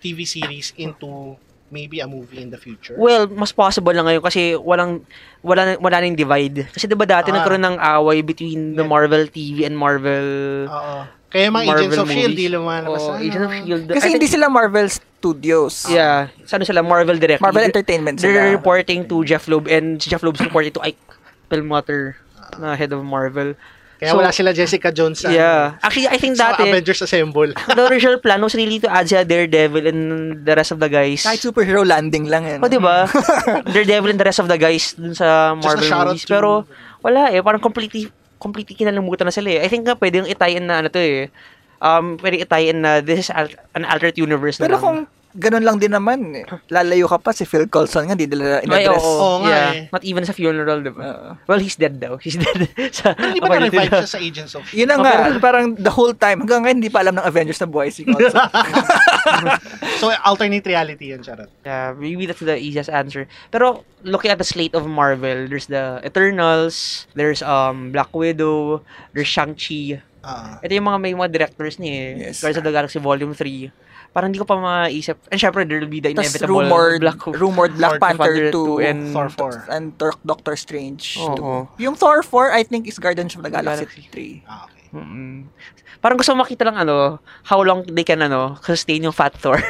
Speaker 2: TV series into maybe a movie in the future?
Speaker 3: Well, mas possible lang ngayon kasi walang wala na- wala nang divide. Kasi 'di ba dati
Speaker 2: Ah.
Speaker 3: nagkaroon ng away between the
Speaker 2: Yeah.
Speaker 3: Marvel TV and Marvel
Speaker 2: Oo. Kaya mga Agents
Speaker 3: Marvel
Speaker 2: of S.H.I.E.L.D. di
Speaker 3: movies.
Speaker 2: E lumalabas.
Speaker 3: Oh,
Speaker 2: ano.
Speaker 3: Agents of Shield.
Speaker 4: Kasi
Speaker 3: I
Speaker 4: hindi
Speaker 3: think-
Speaker 4: sila Marvel Studios.
Speaker 3: Yeah, sa ano sila Marvel directly.
Speaker 4: Marvel
Speaker 3: They're-
Speaker 4: Entertainment
Speaker 3: They're
Speaker 4: sila.
Speaker 3: reporting to Jeff Loeb and si Jeff Loeb's reporting to Ike Perlmutter na head of Marvel.
Speaker 2: Kaya
Speaker 3: So-
Speaker 2: wala sila Jessica Jones sa,
Speaker 3: Yeah. Actually, I think
Speaker 2: sa
Speaker 3: dati
Speaker 2: Avengers Assemble.
Speaker 3: the original plan was really to add siya Daredevil and the rest of the guys.
Speaker 4: Kahit superhero landing lang yan.
Speaker 3: O, Oh, di
Speaker 2: [laughs]
Speaker 3: ba? Daredevil and the rest of the guys dun sa
Speaker 2: Just a
Speaker 3: Marvel
Speaker 2: shout out
Speaker 3: movies.
Speaker 2: to...
Speaker 3: Pero, wala eh. Parang completely, completely kinalimutan na sila eh. I think nga pwedeng i-tie in na ano to eh. Um, pwede i-tie in na this is al- an alternate universe na
Speaker 4: Pero
Speaker 3: lang.
Speaker 4: kung ganun lang din naman, eh, lalayo ka pa si Phil Coulson nga, di
Speaker 3: Ay, oo.
Speaker 4: nila in-address.
Speaker 2: Oo nga
Speaker 3: yeah.
Speaker 2: eh.
Speaker 3: Not even sa funeral, di ba?
Speaker 4: Oo.
Speaker 3: Well, he's dead daw. He's dead. [laughs] sa,
Speaker 2: Hindi ba na-revive siya
Speaker 3: [laughs]
Speaker 2: sa Agents of S.H.I.E.L.D.?
Speaker 4: Yun na nga, parang the whole time, hanggang ngayon hindi pa alam ng Avengers na buhay si Coulson.
Speaker 2: So, alternate reality yun, Charot.
Speaker 3: Yeah, maybe that's the easiest answer. Pero looking at the slate of Marvel, there's the Eternals, there's um Black Widow, there's Shang-Chi.
Speaker 2: Ah.
Speaker 3: Ito yung mga may mga directors niya eh.
Speaker 4: Yes.
Speaker 3: Guardians of the Galaxy Volume 3. parang hindi ko pa maisip. And syempre, there will be the
Speaker 4: Tapos
Speaker 3: [laughs] inevitable
Speaker 4: rumored Black,
Speaker 3: Black Ho-
Speaker 4: rumored Black
Speaker 3: Black Panther
Speaker 4: Panther 2
Speaker 3: two
Speaker 4: and,
Speaker 3: and
Speaker 2: Thor 4.
Speaker 4: and Tor- Doctor Strange
Speaker 3: Oo.
Speaker 4: 2. Yung Thor 4, I think, is Guardians of the Galaxy
Speaker 3: Galaxy.
Speaker 4: 3.
Speaker 2: Ah, okay.
Speaker 3: Mm-mm. Parang gusto ko makita lang ano, how long they can ano, sustain yung fat Thor.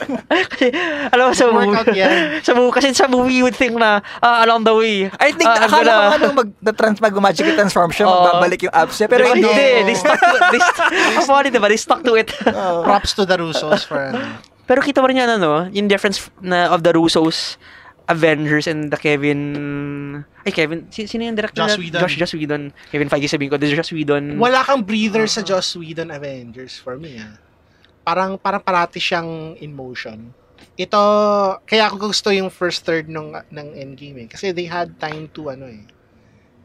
Speaker 3: [laughs] kasi, alam mo, sa
Speaker 2: Work
Speaker 3: movie,
Speaker 2: out yan.
Speaker 3: [laughs] sa movie, kasi sa movie you would think na ah, along the way.
Speaker 4: I think,
Speaker 3: ah, I'm
Speaker 4: akala
Speaker 3: gonna-
Speaker 4: ko nga nung mag-trans, mag-magic transform siya,
Speaker 3: [laughs] Oo.
Speaker 4: magbabalik yung abs niya. Pero
Speaker 3: Diba,
Speaker 4: hindi.
Speaker 3: hindi,
Speaker 2: no.
Speaker 3: they stuck to, they [laughs] stuck, ang funny, diba? They stuck to it. [laughs]
Speaker 4: Oo.
Speaker 2: Props to the Russos for ano.
Speaker 3: Pero kita mo rin yan, ano, yung difference na of the Russos, Avengers, and the Kevin... Ay, Kevin, si, sino yung director?
Speaker 2: Joss
Speaker 3: na-
Speaker 2: Whedon.
Speaker 3: Josh, Joss Whedon. Kevin Feige, sabihin ko, this is Joss Whedon.
Speaker 2: Wala kang breather
Speaker 3: Ah.
Speaker 2: sa Joss Whedon Avengers for me. ah. Parang parang parati siyang in motion. Ito kaya ako gusto yung first third ng ng Endgame eh. kasi they had time to ano eh.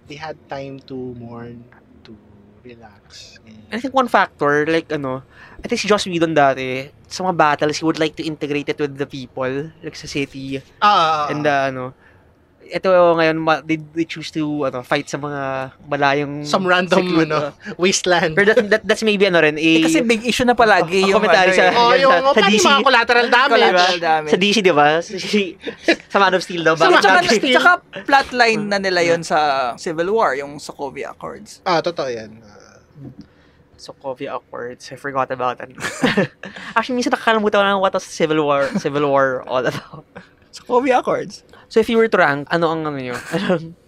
Speaker 2: They had time to mourn, to relax.
Speaker 3: And I think one factor, like, ano, I think si Joss Whedon dati, sa mga battles, he would like to integrate it with the people, like sa city,
Speaker 2: Ah,
Speaker 3: and, uh, ano, ito ngayon, ma- they, they choose to, ano, fight sa mga malayong...
Speaker 2: Some random,
Speaker 3: secluded,
Speaker 2: ano.
Speaker 3: uh,
Speaker 2: [laughs] wasteland.
Speaker 3: Pero that, that- that's maybe, ano rin, a...
Speaker 4: Eh, kasi big issue na palagi
Speaker 3: Ang
Speaker 4: yung
Speaker 3: commentary
Speaker 4: ano, eh,
Speaker 3: sa-
Speaker 2: oh,
Speaker 3: yan,
Speaker 2: yung
Speaker 3: sa-
Speaker 2: oh,
Speaker 3: sa
Speaker 2: pati
Speaker 3: DC.
Speaker 2: mga collateral
Speaker 3: [laughs]
Speaker 2: damage.
Speaker 4: collateral damage.
Speaker 3: Sa DC, di ba? Si- si- sa Man of Steel daw.
Speaker 2: Sa
Speaker 4: Tsaka,
Speaker 3: bakit
Speaker 2: Man
Speaker 4: tsaka,
Speaker 2: of Steel.
Speaker 4: tsaka plotline na nila yon sa Civil War, yung Sokovia Accords.
Speaker 2: Ah, totoo 'yan. Ah,
Speaker 3: Sokovia Accords. I forgot about that. [laughs] Actually, minsan nakakalamutan ko na what was Civil War, Civil War all about.
Speaker 4: Sokovia Accords?
Speaker 3: So, if you were to rank, ano ang ano nyo? [laughs] Anong-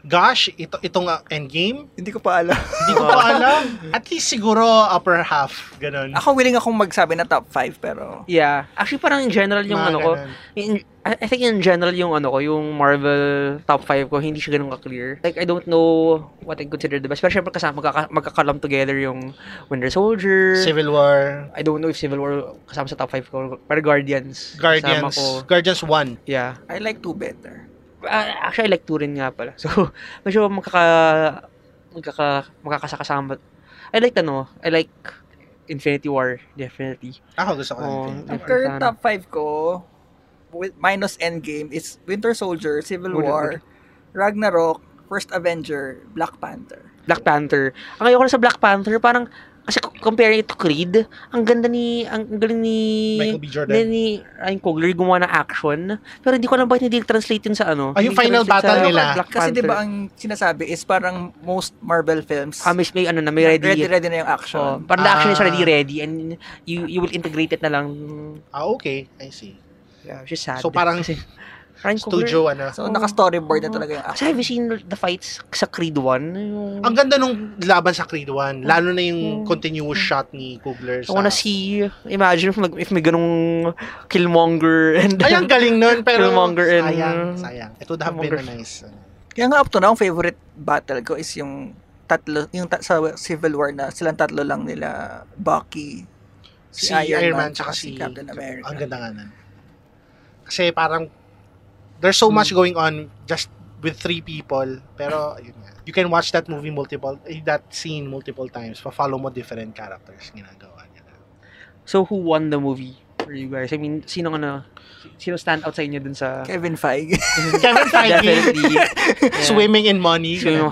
Speaker 2: gosh, ito itong ah, Endgame,
Speaker 4: Hindi ko pa alam.
Speaker 2: hindi ko pa alam. At least siguro upper half, ganun.
Speaker 4: [laughs] Ako willing akong magsabi na top 5 pero...
Speaker 3: yeah. Actually, parang in general yung
Speaker 2: Mga
Speaker 3: ano ko,
Speaker 2: ganun.
Speaker 3: in, I I think in general yung ano ko, yung Marvel top 5 ko, hindi siya ganun ka-clear. Like, I don't know what I consider the best. Pero syempre kasama, magkaka, magkakalam together yung Winter Soldier.
Speaker 2: Civil War,
Speaker 3: I don't know if Civil War kasama sa top 5 ko. Pero Guardians. Kasama
Speaker 2: Guardians,
Speaker 3: ko.
Speaker 2: Guardians 1.
Speaker 3: Yeah.
Speaker 4: I like 2 better.
Speaker 3: Ah, actually, I like two rin nga pala. [laughs] So, medyo magkaka, magkaka, magkakasakasama. I like, ano, I like Infinity War, definitely.
Speaker 2: Ako gusto ko ng
Speaker 3: Oo.
Speaker 2: Infinity
Speaker 4: Ang
Speaker 2: War.
Speaker 4: current top 5 ko, with minus Endgame, is Winter Soldier, Civil
Speaker 3: Wala,
Speaker 4: War, Ragnarok, First Avenger, Black Panther.
Speaker 3: Black Panther. Ang ayoko na sa Black Panther, parang, kasi c- comparing it to Creed, ang ganda ni, ang ang galing ni,
Speaker 2: Michael B. Jordan.
Speaker 3: ni, ni Ryan Coogler gumawa ng action. Pero hindi ko alam bakit hindi translate yun sa ano.
Speaker 2: Ah, yung
Speaker 3: Hindi
Speaker 2: final
Speaker 3: translate
Speaker 2: battle
Speaker 3: sa
Speaker 2: nila.
Speaker 3: Black
Speaker 4: Kasi di
Speaker 3: Panther.
Speaker 4: ba ang sinasabi is parang most Marvel films,
Speaker 3: Ah, may, may ano na, may ready.
Speaker 4: ready, ready na yung action.
Speaker 3: Oh, parang the action is
Speaker 2: Ah.
Speaker 3: already ready and you you will integrate it na lang.
Speaker 2: Ah, okay. I see.
Speaker 3: Yeah, which is sad.
Speaker 2: So, parang
Speaker 3: Kasi Ryan
Speaker 2: [laughs]
Speaker 3: Coogler-
Speaker 2: Studio, ano.
Speaker 4: So, naka-storyboard na talaga yung
Speaker 3: Kasi
Speaker 4: action.
Speaker 3: have you seen the fights sa Creed 1? Yung,
Speaker 2: Ang ganda nung laban sa Creed 1, lalo na yung
Speaker 3: Mm.
Speaker 2: continuous shot ni Coogler
Speaker 3: I
Speaker 2: sa...
Speaker 3: wanna see, imagine if, mag, if may ganung Killmonger and...
Speaker 2: [laughs] Ay, ang galing nun, pero
Speaker 3: Killmonger and-
Speaker 2: sayang, sayang. It would have been a
Speaker 3: Killmonger.
Speaker 2: nice... ano.
Speaker 4: Kaya nga up to now, ang favorite battle ko is yung tatlo, yung ta- sa Civil War na silang tatlo lang nila, Bucky,
Speaker 2: si Iron, Man, tsaka si
Speaker 4: Captain America.
Speaker 2: Ang ganda nga nun. Kasi parang, there's so
Speaker 3: Hmm.
Speaker 2: much going on just with three people. Pero, yun nga. You can watch that movie multiple, eh, that scene multiple times. Pa-follow mo different characters. Ginagawa niya.
Speaker 3: [laughs] So, who won the movie for you guys? I mean, sino ano, sino stand out sa inyo dun sa...
Speaker 4: Kevin Feige. [laughs]
Speaker 2: Kevin Feige,
Speaker 3: Hmm. [laughs] Definitely. Yeah.
Speaker 2: swimming in money.
Speaker 3: So, yung,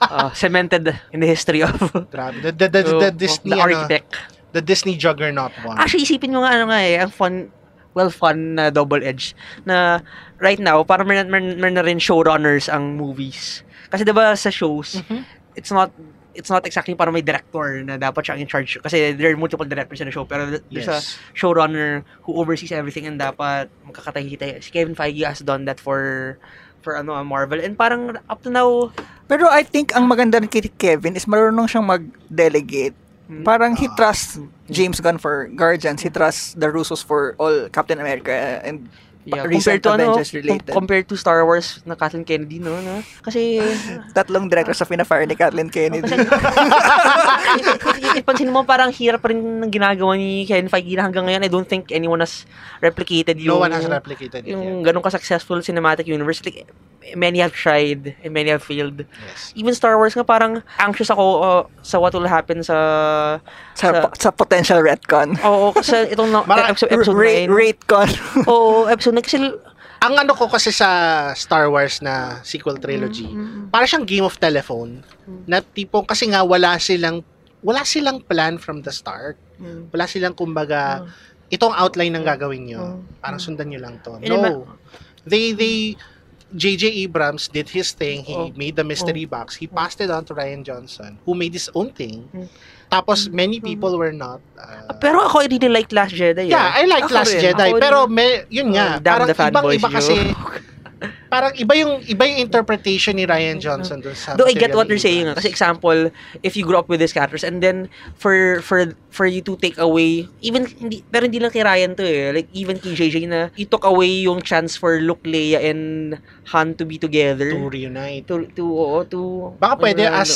Speaker 3: uh, cemented in the history of
Speaker 2: Grabe. The, the, the,
Speaker 3: of-
Speaker 2: the
Speaker 3: [laughs] of
Speaker 2: Disney,
Speaker 3: the
Speaker 2: ano,
Speaker 3: architect.
Speaker 2: the Disney juggernaut one.
Speaker 3: Actually, isipin mo nga ano nga eh, ang fun, well fun na double edge na right now, parang meron meron meron na rin showrunners ang movies. Kasi 'di ba sa shows, it's not it's not exactly parang may director na dapat siya ang in charge kasi there are multiple directors in the show pero there's a
Speaker 2: yes.
Speaker 3: showrunner who oversees everything and dapat magkakatay-hitay. Si Kevin Feige has done that for for ano ah, Marvel and parang up to now
Speaker 4: Pero I think ang maganda rin kay Kevin is marunong siyang mag-delegate.
Speaker 3: Hmm.
Speaker 4: Parang he
Speaker 2: Ah.
Speaker 4: trusts James Gunn for Guardians, he trusts the Russos for all Captain America and
Speaker 3: yeah,
Speaker 4: recent
Speaker 3: compared to ano,
Speaker 4: Avengers related.
Speaker 3: com- compared to Star Wars na Kathleen Kennedy no, no? Kasi
Speaker 4: tatlong director sa pinafire ni
Speaker 2: [laughs]
Speaker 4: Kathleen Kennedy.
Speaker 3: [laughs] Kasi ipansin mo parang hirap rin ng ginagawa ni Kevin Feige na hanggang ngayon I don't think anyone has replicated yung
Speaker 2: no one has replicated it
Speaker 3: yung
Speaker 2: yet.
Speaker 3: ganun ka-successful cinematic universe like many have tried and many have failed
Speaker 2: Yes.
Speaker 3: even Star Wars nga parang anxious ako uh, sa what will happen sa
Speaker 4: sa,
Speaker 3: Sa-
Speaker 4: sa potential retcon.
Speaker 3: oo kasi itong na,
Speaker 2: [laughs] Mara-
Speaker 3: episode, episode
Speaker 4: Rate,
Speaker 3: 9
Speaker 4: con. [laughs]
Speaker 3: oo episode 9 kasi
Speaker 2: Ang ano ko kasi sa Star Wars na sequel trilogy,
Speaker 3: Mm, mm,
Speaker 2: para siyang game of telephone na tipong kasi nga wala silang wala silang plan from the start.
Speaker 3: mm. Mm.
Speaker 2: Wala silang kumbaga ito ang outline ng gagawin nyo. Parang sundan nyo lang to. No. They, they, J.J. Abrams did his thing. He
Speaker 3: Oh.
Speaker 2: made the mystery box. He passed it on to Ryan Johnson, who made his own thing.
Speaker 3: Mm.
Speaker 2: Tapos, many people were not... uh,
Speaker 3: Pero ako, I really like Last Jedi. eh.
Speaker 2: Yeah, I like
Speaker 4: Ako
Speaker 2: Last
Speaker 4: rin.
Speaker 2: Jedi,
Speaker 3: Ako
Speaker 2: pero may, yun nga,
Speaker 3: Oh, damn
Speaker 2: parang
Speaker 3: the
Speaker 2: ibang
Speaker 3: fanboys,
Speaker 2: iba
Speaker 3: you. [laughs]
Speaker 2: kasi parang iba yung iba yung interpretation ni Ryan Johnson doon sa
Speaker 3: Though I get
Speaker 2: material
Speaker 3: what they're saying. ah.
Speaker 2: Abrams.
Speaker 3: Kasi example, if you grew up with these characters and then for for for you to take away even hindi, pero hindi lang kay Ryan to eh. Like even kay JJ na you took away yung chance for Luke, Leia and Han to be together.
Speaker 2: to reunite.
Speaker 3: to to oo, to
Speaker 2: Baka pwede
Speaker 3: ano,
Speaker 2: as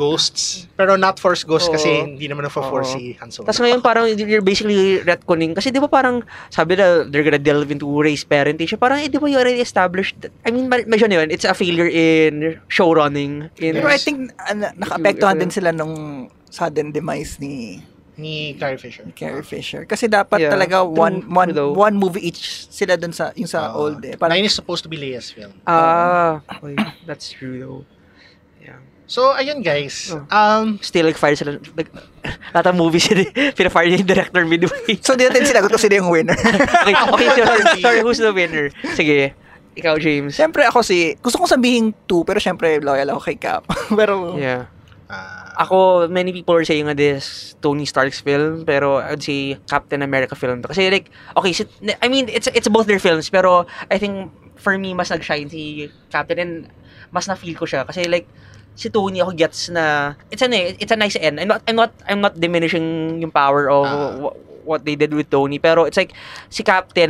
Speaker 2: ghosts, pero not force ghosts
Speaker 3: Oo.
Speaker 2: kasi hindi naman na-force
Speaker 3: Oo.
Speaker 2: si Han Solo.
Speaker 3: Tapos ano. ngayon parang you're basically retconning kasi 'di ba parang sabi na they're gonna delve into race parentage. Parang eh, 'di ba you already established that- I mean ma- medyo na yun, it's a failure in show running in
Speaker 4: Pero I
Speaker 2: Yes.
Speaker 4: think uh, na-
Speaker 3: If
Speaker 4: nakaapektuhan
Speaker 3: you-
Speaker 4: din sila nung sudden demise ni
Speaker 2: ni Carrie Fisher.
Speaker 4: Carrie Fisher. Kasi dapat
Speaker 3: Yeah.
Speaker 4: talaga one
Speaker 3: True,
Speaker 4: one,
Speaker 3: though.
Speaker 4: one movie each sila dun sa yung sa
Speaker 2: Oo.
Speaker 4: old eh. Parang,
Speaker 2: Nine Ah, is supposed to be Leia's film.
Speaker 3: Ah, oy, that's true though. Yeah.
Speaker 2: So, ayun guys.
Speaker 3: Oh.
Speaker 2: Um,
Speaker 3: Still like fire sila like [laughs] lahat ng movies yun [laughs] eh. Pinafire niya yung director midway.
Speaker 4: so di natin sinagot kung sino yung winner.
Speaker 3: okay, [laughs] okay
Speaker 4: [laughs]
Speaker 3: sorry, sorry, who's the winner? Sige, ikaw James.
Speaker 4: Siyempre ako si, gusto kong sabihin two, pero siyempre loyal ako kay Cap. [laughs] pero,
Speaker 3: Yeah.
Speaker 2: ah,
Speaker 3: Ako, many people are saying na this Tony Stark's film, pero I would say Captain America film. to. Kasi like, okay, si- I mean, it's it's both their films, pero I think for me, mas nag-shine si Captain and mas na-feel ko siya. Kasi like, si Tony ako gets na it's ano eh, it's a nice end. I'm not I'm not I'm not diminishing yung power of
Speaker 2: Ah.
Speaker 3: wh- what they did with Tony, pero it's like si Captain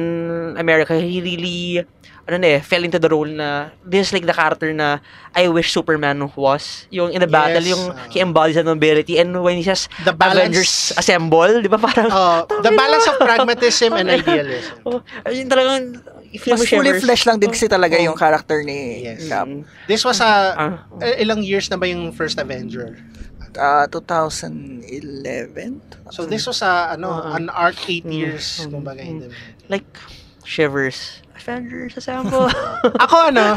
Speaker 3: America, he really ano na eh, fell into the role na this is like the character na I wish Superman was. Yung in the battle,
Speaker 2: Yes,
Speaker 3: yung
Speaker 2: ah.
Speaker 3: he embodies that nobility and when he says
Speaker 2: the balance
Speaker 3: Avengers
Speaker 2: [laughs]
Speaker 3: assemble, di ba parang
Speaker 2: uh, the
Speaker 3: Tangina.
Speaker 2: balance of pragmatism and
Speaker 3: Tangina.
Speaker 2: idealism.
Speaker 3: oh, yun talagang
Speaker 4: mas fully flesh lang din kasi talaga
Speaker 3: Oh. Mm.
Speaker 4: yung character ni
Speaker 2: Yes.
Speaker 4: Cap.
Speaker 2: This was a
Speaker 3: Ah,
Speaker 2: eh, ilang years na ba yung first Avenger?
Speaker 4: Ah, 2011?
Speaker 2: So this was a ano
Speaker 3: Oo.
Speaker 2: an arc eight
Speaker 3: Mm.
Speaker 2: years
Speaker 3: Mm.
Speaker 2: kumbaga in
Speaker 3: Mm.
Speaker 2: the making.
Speaker 3: like shivers. Avengers assemble.
Speaker 2: Ako ano,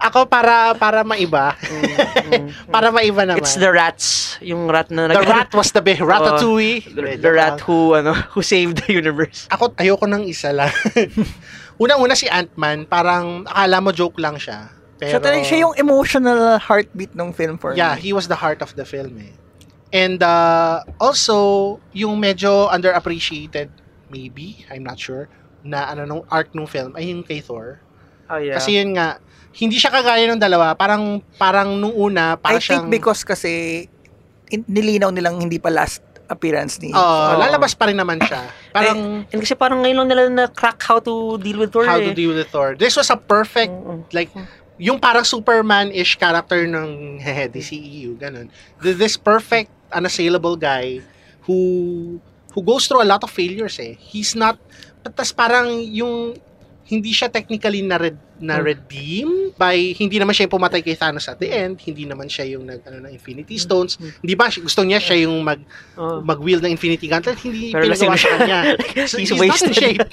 Speaker 2: ako para para maiba,
Speaker 3: Mm.
Speaker 2: [laughs] para maiba naman.
Speaker 3: [laughs] It's the rats, yung rat na
Speaker 2: The rat was the best ratatouille.
Speaker 3: Oh. the, the rat who ano who saved the universe.
Speaker 2: Ako ayoko ng isa
Speaker 3: [laughs]
Speaker 2: lang. Unang-una si Ant-Man, parang akala mo joke lang siya. Pero
Speaker 4: So talagang siya yung emotional heartbeat ng film for
Speaker 2: Yeah,
Speaker 4: me.
Speaker 2: he was the heart of the film eh. And uh, also, yung medyo underappreciated, maybe, I'm not sure, na ano nung arc nung film, ay yung kay Thor.
Speaker 3: Oh yeah.
Speaker 2: Kasi yun nga, hindi siya kagaya ng dalawa. Parang parang nung una,
Speaker 4: I
Speaker 2: para siyang
Speaker 4: think because kasi in- nilinaw nilang hindi pa last appearance ni
Speaker 2: Oo,
Speaker 3: Oo.
Speaker 2: lalabas pa rin naman siya. Parang
Speaker 3: And kasi parang ngayon lang nila na crack how to deal with Eh, Thor.
Speaker 2: how
Speaker 3: eh.
Speaker 2: to deal with Thor. This was a perfect
Speaker 3: Mm, mm.
Speaker 2: like yung parang Superman-ish character ng DCEU, ganun. Th- This perfect unassailable guy who who goes through a lot of failures eh. He's not tas parang yung hindi siya technically na, red, na
Speaker 3: Mm.
Speaker 2: redeem by hindi naman siya yung pumatay kay Thanos at the end, hindi naman siya yung nag ano na Infinity Stones.
Speaker 3: Mm.
Speaker 2: Di ba gusto niya siya yung mag
Speaker 3: Oh.
Speaker 2: mag-wield ng Infinity Gauntlet, hindi
Speaker 3: Pero
Speaker 2: pinagawa
Speaker 3: lasing
Speaker 2: sa
Speaker 3: siya.
Speaker 2: kanya. So,
Speaker 3: [laughs] He's
Speaker 2: he's, not in
Speaker 3: wasted. [laughs]
Speaker 2: shape.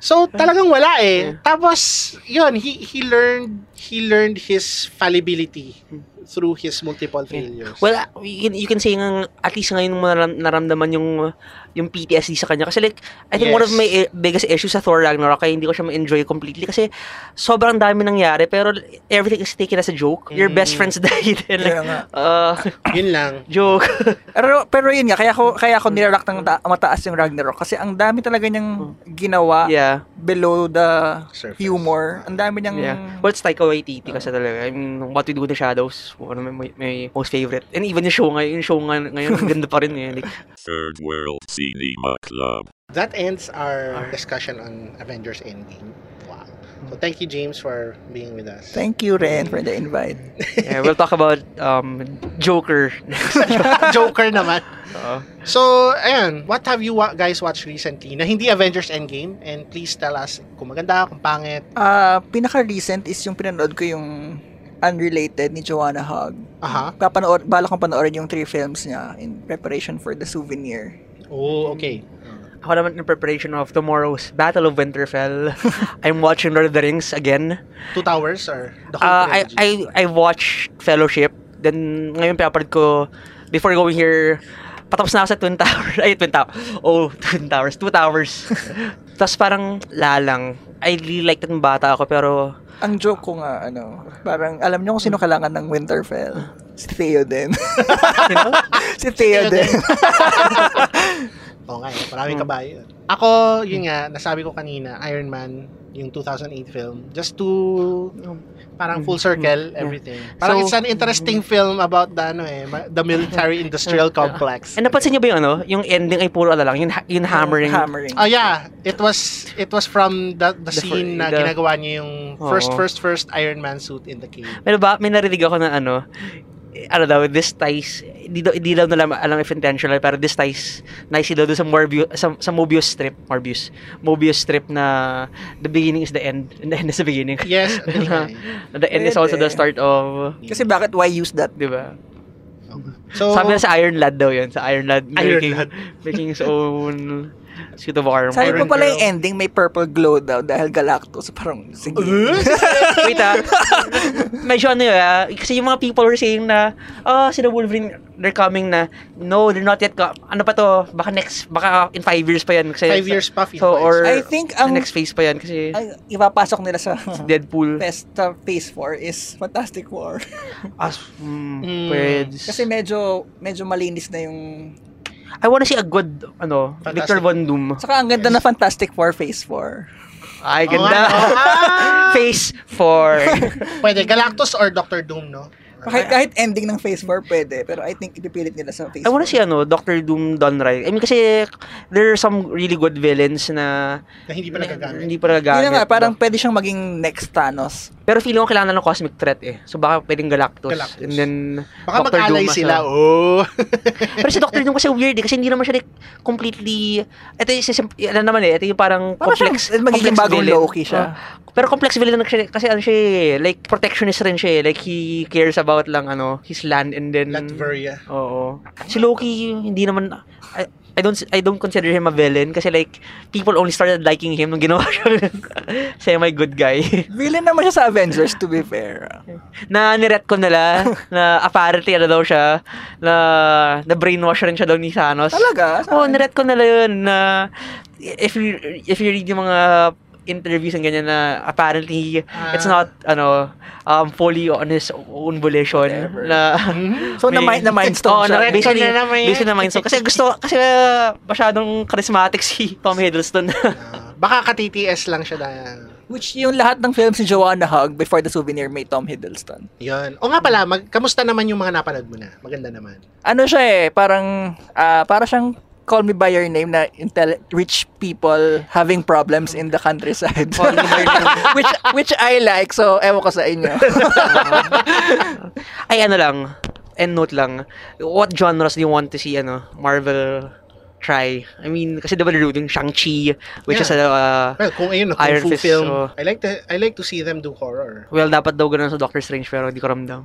Speaker 2: so, talagang wala eh.
Speaker 3: Yeah.
Speaker 2: Tapos, yun, he, he learned he learned his fallibility
Speaker 3: Hmm.
Speaker 2: through his multiple
Speaker 3: Yeah.
Speaker 2: failures.
Speaker 3: Well, uh, you can, you can say nga, at least ngayon mo naram- naramdaman yung uh, yung PTSD sa kanya. Kasi like, I think one of
Speaker 2: Yes.
Speaker 3: my i- biggest issues sa Thor Ragnarok, kaya hindi ko siya ma-enjoy completely kasi sobrang dami nangyari, pero everything is taken as a joke. Your best
Speaker 2: Mm.
Speaker 3: friends [laughs] died. And like,
Speaker 4: Kaya nga.
Speaker 3: uh, [laughs]
Speaker 2: yun lang.
Speaker 3: joke.
Speaker 4: Pero, pero yun nga, kaya ako, kaya ako nilalak ng ta- mataas yung Ragnarok kasi ang dami talaga niyang
Speaker 2: Ah,
Speaker 4: ginawa
Speaker 3: yeah.
Speaker 4: below the
Speaker 2: Surface.
Speaker 4: humor. Ang dami niyang...
Speaker 3: yeah. Well, it's Taika Waititi kasi
Speaker 2: Ah.
Speaker 3: talaga. I mean, What We Do in the Shadows, one of my, my, my most favorite. And even yung show ngayon, yung show nga, ngayon, [laughs] ang ganda pa rin eh. Like,
Speaker 5: Third World Cinema Club.
Speaker 2: That ends our discussion on Avengers Endgame. Wow.
Speaker 3: Hmm.
Speaker 2: So, thank you, James, for being with us.
Speaker 4: Thank you, Ren, for the invite.
Speaker 3: yeah, we'll talk about um, Joker.
Speaker 2: [laughs] Joker naman.
Speaker 3: Oo.
Speaker 2: So, ayan, what have you wa- guys watched recently na hindi Avengers Endgame? And please tell us kung maganda, kung pangit.
Speaker 4: Ah, pinaka-recent is yung pinanood ko yung unrelated ni Joanna Hogg.
Speaker 2: Aha.
Speaker 4: Papanood, bala kong panoorin yung three films niya in preparation for the souvenir.
Speaker 3: Hmm.
Speaker 2: Oh, okay.
Speaker 3: Ako naman in preparation of tomorrow's Battle of [laughs] Winterfell, I'm watching Lord of the Rings again.
Speaker 2: Two Towers or the whole
Speaker 3: Uh, I,
Speaker 2: trilogy?
Speaker 3: I, I watched Fellowship. Then, ngayon pinapanood ko, before going here, patapos na ako sa Twin Tower. [laughs] Ay, Twin Tower. Oh, Twin Towers. Two [laughs] Towers. Tapos parang lalang. I really liked it nung bata ako, pero
Speaker 4: Ang joke ko nga, ano, parang alam niyo kung sino kailangan ng Winterfell. Si Theo din. Ah. [laughs] si Theo din.
Speaker 2: Oo nga, eh, maraming
Speaker 3: Hmm.
Speaker 2: kabayo. yun. Ako, yun nga, nasabi ko kanina, Iron Man, yung 2008 film, just to,
Speaker 3: Oh.
Speaker 2: parang full circle, everything. Parang
Speaker 3: Hmm. So-
Speaker 2: it's
Speaker 3: hmm.
Speaker 2: an interesting film about the, ano eh, ma- the military industrial complex.
Speaker 3: And napansin niyo ba yung ano? Yung ending ay puro ala lang. Yung, ha- yung hammering.
Speaker 4: Hammering.
Speaker 2: Oh yeah, it was it was from the the,
Speaker 3: The fir-
Speaker 2: scene na
Speaker 3: the-
Speaker 2: ginagawa niya yung first
Speaker 3: Oo.
Speaker 2: first first Iron Man suit in the cave.
Speaker 3: Pero ba, may narinig ako na ano, eh, ano daw, this ties, hindi daw, hindi daw nalam, alam if intentional, pero this ties, nice daw doon sa Morbius, sa, sa Mobius strip, Morbius, Mobius strip na the beginning is the end, [laughs] and the end is the beginning.
Speaker 2: Yes, yun nga
Speaker 3: Uh-huh.
Speaker 2: eh.
Speaker 3: the end is also the
Speaker 4: Pwede.
Speaker 3: start of,
Speaker 4: Kasi bakit why use that?
Speaker 3: di ba?
Speaker 2: so
Speaker 3: Sabi na sa Iron Lad daw yun, sa Iron Lad,
Speaker 2: Oh. Iron
Speaker 3: making,
Speaker 2: Lad.
Speaker 3: making his own suit of armor.
Speaker 4: Sabi
Speaker 2: Iron
Speaker 4: ko pala
Speaker 2: Girl.
Speaker 4: yung ending may purple glow daw dahil Galactus. [laughs] Parang, sige.
Speaker 3: Wait ah. Medyo ano yun ah. Kasi yung mga people were saying na, oh, sila Wolverine, they're coming na. No, they're not yet. co- ano pa to? Baka next, baka in five years pa yan. Kasi,
Speaker 2: five years pa
Speaker 3: So, or
Speaker 4: [laughs] I think um, ang,
Speaker 3: the next phase pa yan kasi
Speaker 4: ang ipapasok nila sa [laughs]
Speaker 3: Deadpool.
Speaker 4: best sa phase 4 is Fantastic War.
Speaker 3: As, mm,
Speaker 2: Mm.
Speaker 3: pweds.
Speaker 4: [laughs] Kasi medyo medyo malinis na yung
Speaker 3: I wanna see a good, ano,
Speaker 2: Fantastic.
Speaker 3: Victor Von Doom.
Speaker 4: Saka ang ganda na Fantastic Four Phase 4.
Speaker 2: Oh,
Speaker 3: Ay, ganda. [laughs] phase 4.
Speaker 2: Pwede Galactus or Doctor Doom, no?
Speaker 4: Kahit, kahit ending ng Phase 4 pwede, pero I think ipipilit nila sa Phase
Speaker 3: I wanna see, ano, Doctor Doom done right. I mean, kasi there are some really good villains na
Speaker 2: Na hindi pa nagagamit.
Speaker 3: hindi pa nagagamit.
Speaker 4: Yun na nga, parang pwede siyang maging next Thanos.
Speaker 3: Pero feeling ko kailangan ng cosmic threat eh. So baka pwedeng Galactus.
Speaker 2: Galactus.
Speaker 3: And then,
Speaker 2: Baka
Speaker 3: Dr.
Speaker 2: mag-alay
Speaker 3: Doom as
Speaker 2: sila.
Speaker 3: well.
Speaker 2: Oh.
Speaker 3: Pero si Doctor Doom kasi weird eh. Kasi hindi naman siya like completely... Ito yung, sim- ano naman eh. Ito yung parang
Speaker 4: Parang
Speaker 3: complex,
Speaker 4: siyang magiging
Speaker 3: complex
Speaker 4: bagong
Speaker 3: villain.
Speaker 4: Loki siya.
Speaker 3: Oh. pero complex villain lang siya. Kasi ano siya eh. Like protectionist rin siya eh. Like he cares about lang ano, his land and then...
Speaker 2: Latveria.
Speaker 3: Oo. Si Loki, hindi naman... I, I don't I don't consider him a villain kasi like people only started liking him nung ginawa [laughs] siya semi good guy.
Speaker 4: Villain naman siya sa Avengers, to be fair.
Speaker 3: na niretcon [laughs] nila na apparently ano daw siya na na brainwash rin siya daw ni Thanos.
Speaker 4: Talaga?
Speaker 3: Oo, oh, niretcon nila yun na if you if you read yung mga interviews and ganyan na apparently it's not ano um fully on his own volition
Speaker 4: Whatever.
Speaker 3: Mm-hmm. na
Speaker 4: So, na mi- na
Speaker 3: [laughs] Oo,
Speaker 4: mindstone siya.
Speaker 3: na- basically,
Speaker 2: Na naman yan.
Speaker 3: basically na mindstone kasi gusto kasi uh, masyadong charismatic si Tom Hiddleston [laughs]
Speaker 2: Ah, baka ka-TTS lang siya dahil.
Speaker 4: Which yung lahat ng films ni Joanna Hogg before the souvenir may Tom Hiddleston.
Speaker 2: Yun. O nga pala, mag, kamusta naman yung mga napanood mo na? Maganda naman.
Speaker 4: Ano siya eh, parang, ah, para siyang Call Me By Your Name na intel- rich people having problems in the countryside.
Speaker 3: Call Me By Your Name.
Speaker 4: [laughs] which, which I like, so ewan ko sa
Speaker 3: [laughs]
Speaker 4: inyo.
Speaker 3: Ay, ano lang, end note lang, what genres do you want to see, ano, Marvel try? I mean, kasi diba nanood yung Shang-Chi, which
Speaker 2: Yeah.
Speaker 3: is, ano, uh,
Speaker 2: Well, kung ayun, no,
Speaker 3: Iron
Speaker 2: kung
Speaker 3: Fist,
Speaker 2: film.
Speaker 3: oh.
Speaker 2: I like to I like to see them do horror.
Speaker 3: well, dapat daw ganun sa Doctor Strange, pero hindi ko ramdam.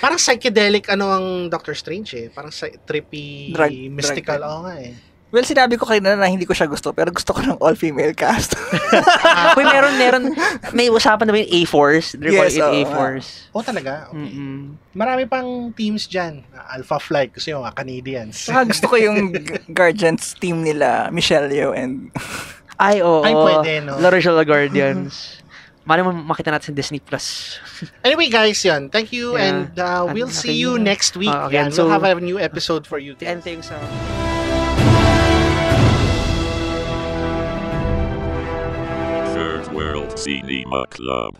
Speaker 2: Parang psychedelic ano ang Doctor Strange eh. Parang psy- trippy,
Speaker 4: Drug-
Speaker 2: mystical.
Speaker 4: drug-
Speaker 2: Oo nga eh.
Speaker 4: Well, sinabi ko kanina na hindi ko siya gusto, pero gusto ko ng
Speaker 3: [laughs]
Speaker 4: all-female cast.
Speaker 2: Ah.
Speaker 3: Uy, meron, meron, may usapan na ba yung A-Force? They're calling
Speaker 4: Yes,
Speaker 3: it
Speaker 4: oo nga.
Speaker 3: A-Force.
Speaker 2: Oo talaga. Okay.
Speaker 3: Mm-mm.
Speaker 2: Marami pang teams dyan. Alpha Flight, kasi yung mga Canadians.
Speaker 4: Saka gusto ko yung Gu- Guardians team nila, Michelle Yeoh and...
Speaker 3: Ay, oo.
Speaker 2: Ay, pwede, no?
Speaker 3: La Rochelle La
Speaker 2: [laughs]
Speaker 3: Guardians. Mali mo makita natin sa Disney+. Plus.
Speaker 2: Anyway, guys, yun. Thank you
Speaker 3: Yeah.
Speaker 2: and uh,
Speaker 3: Ano
Speaker 2: we'll
Speaker 3: na
Speaker 2: see
Speaker 3: kayo?
Speaker 2: you next week.
Speaker 3: Ah, okay.
Speaker 2: Yan,
Speaker 3: So-
Speaker 2: we'll have a new episode for you.
Speaker 3: End things sa...
Speaker 5: Third World Cinema Club.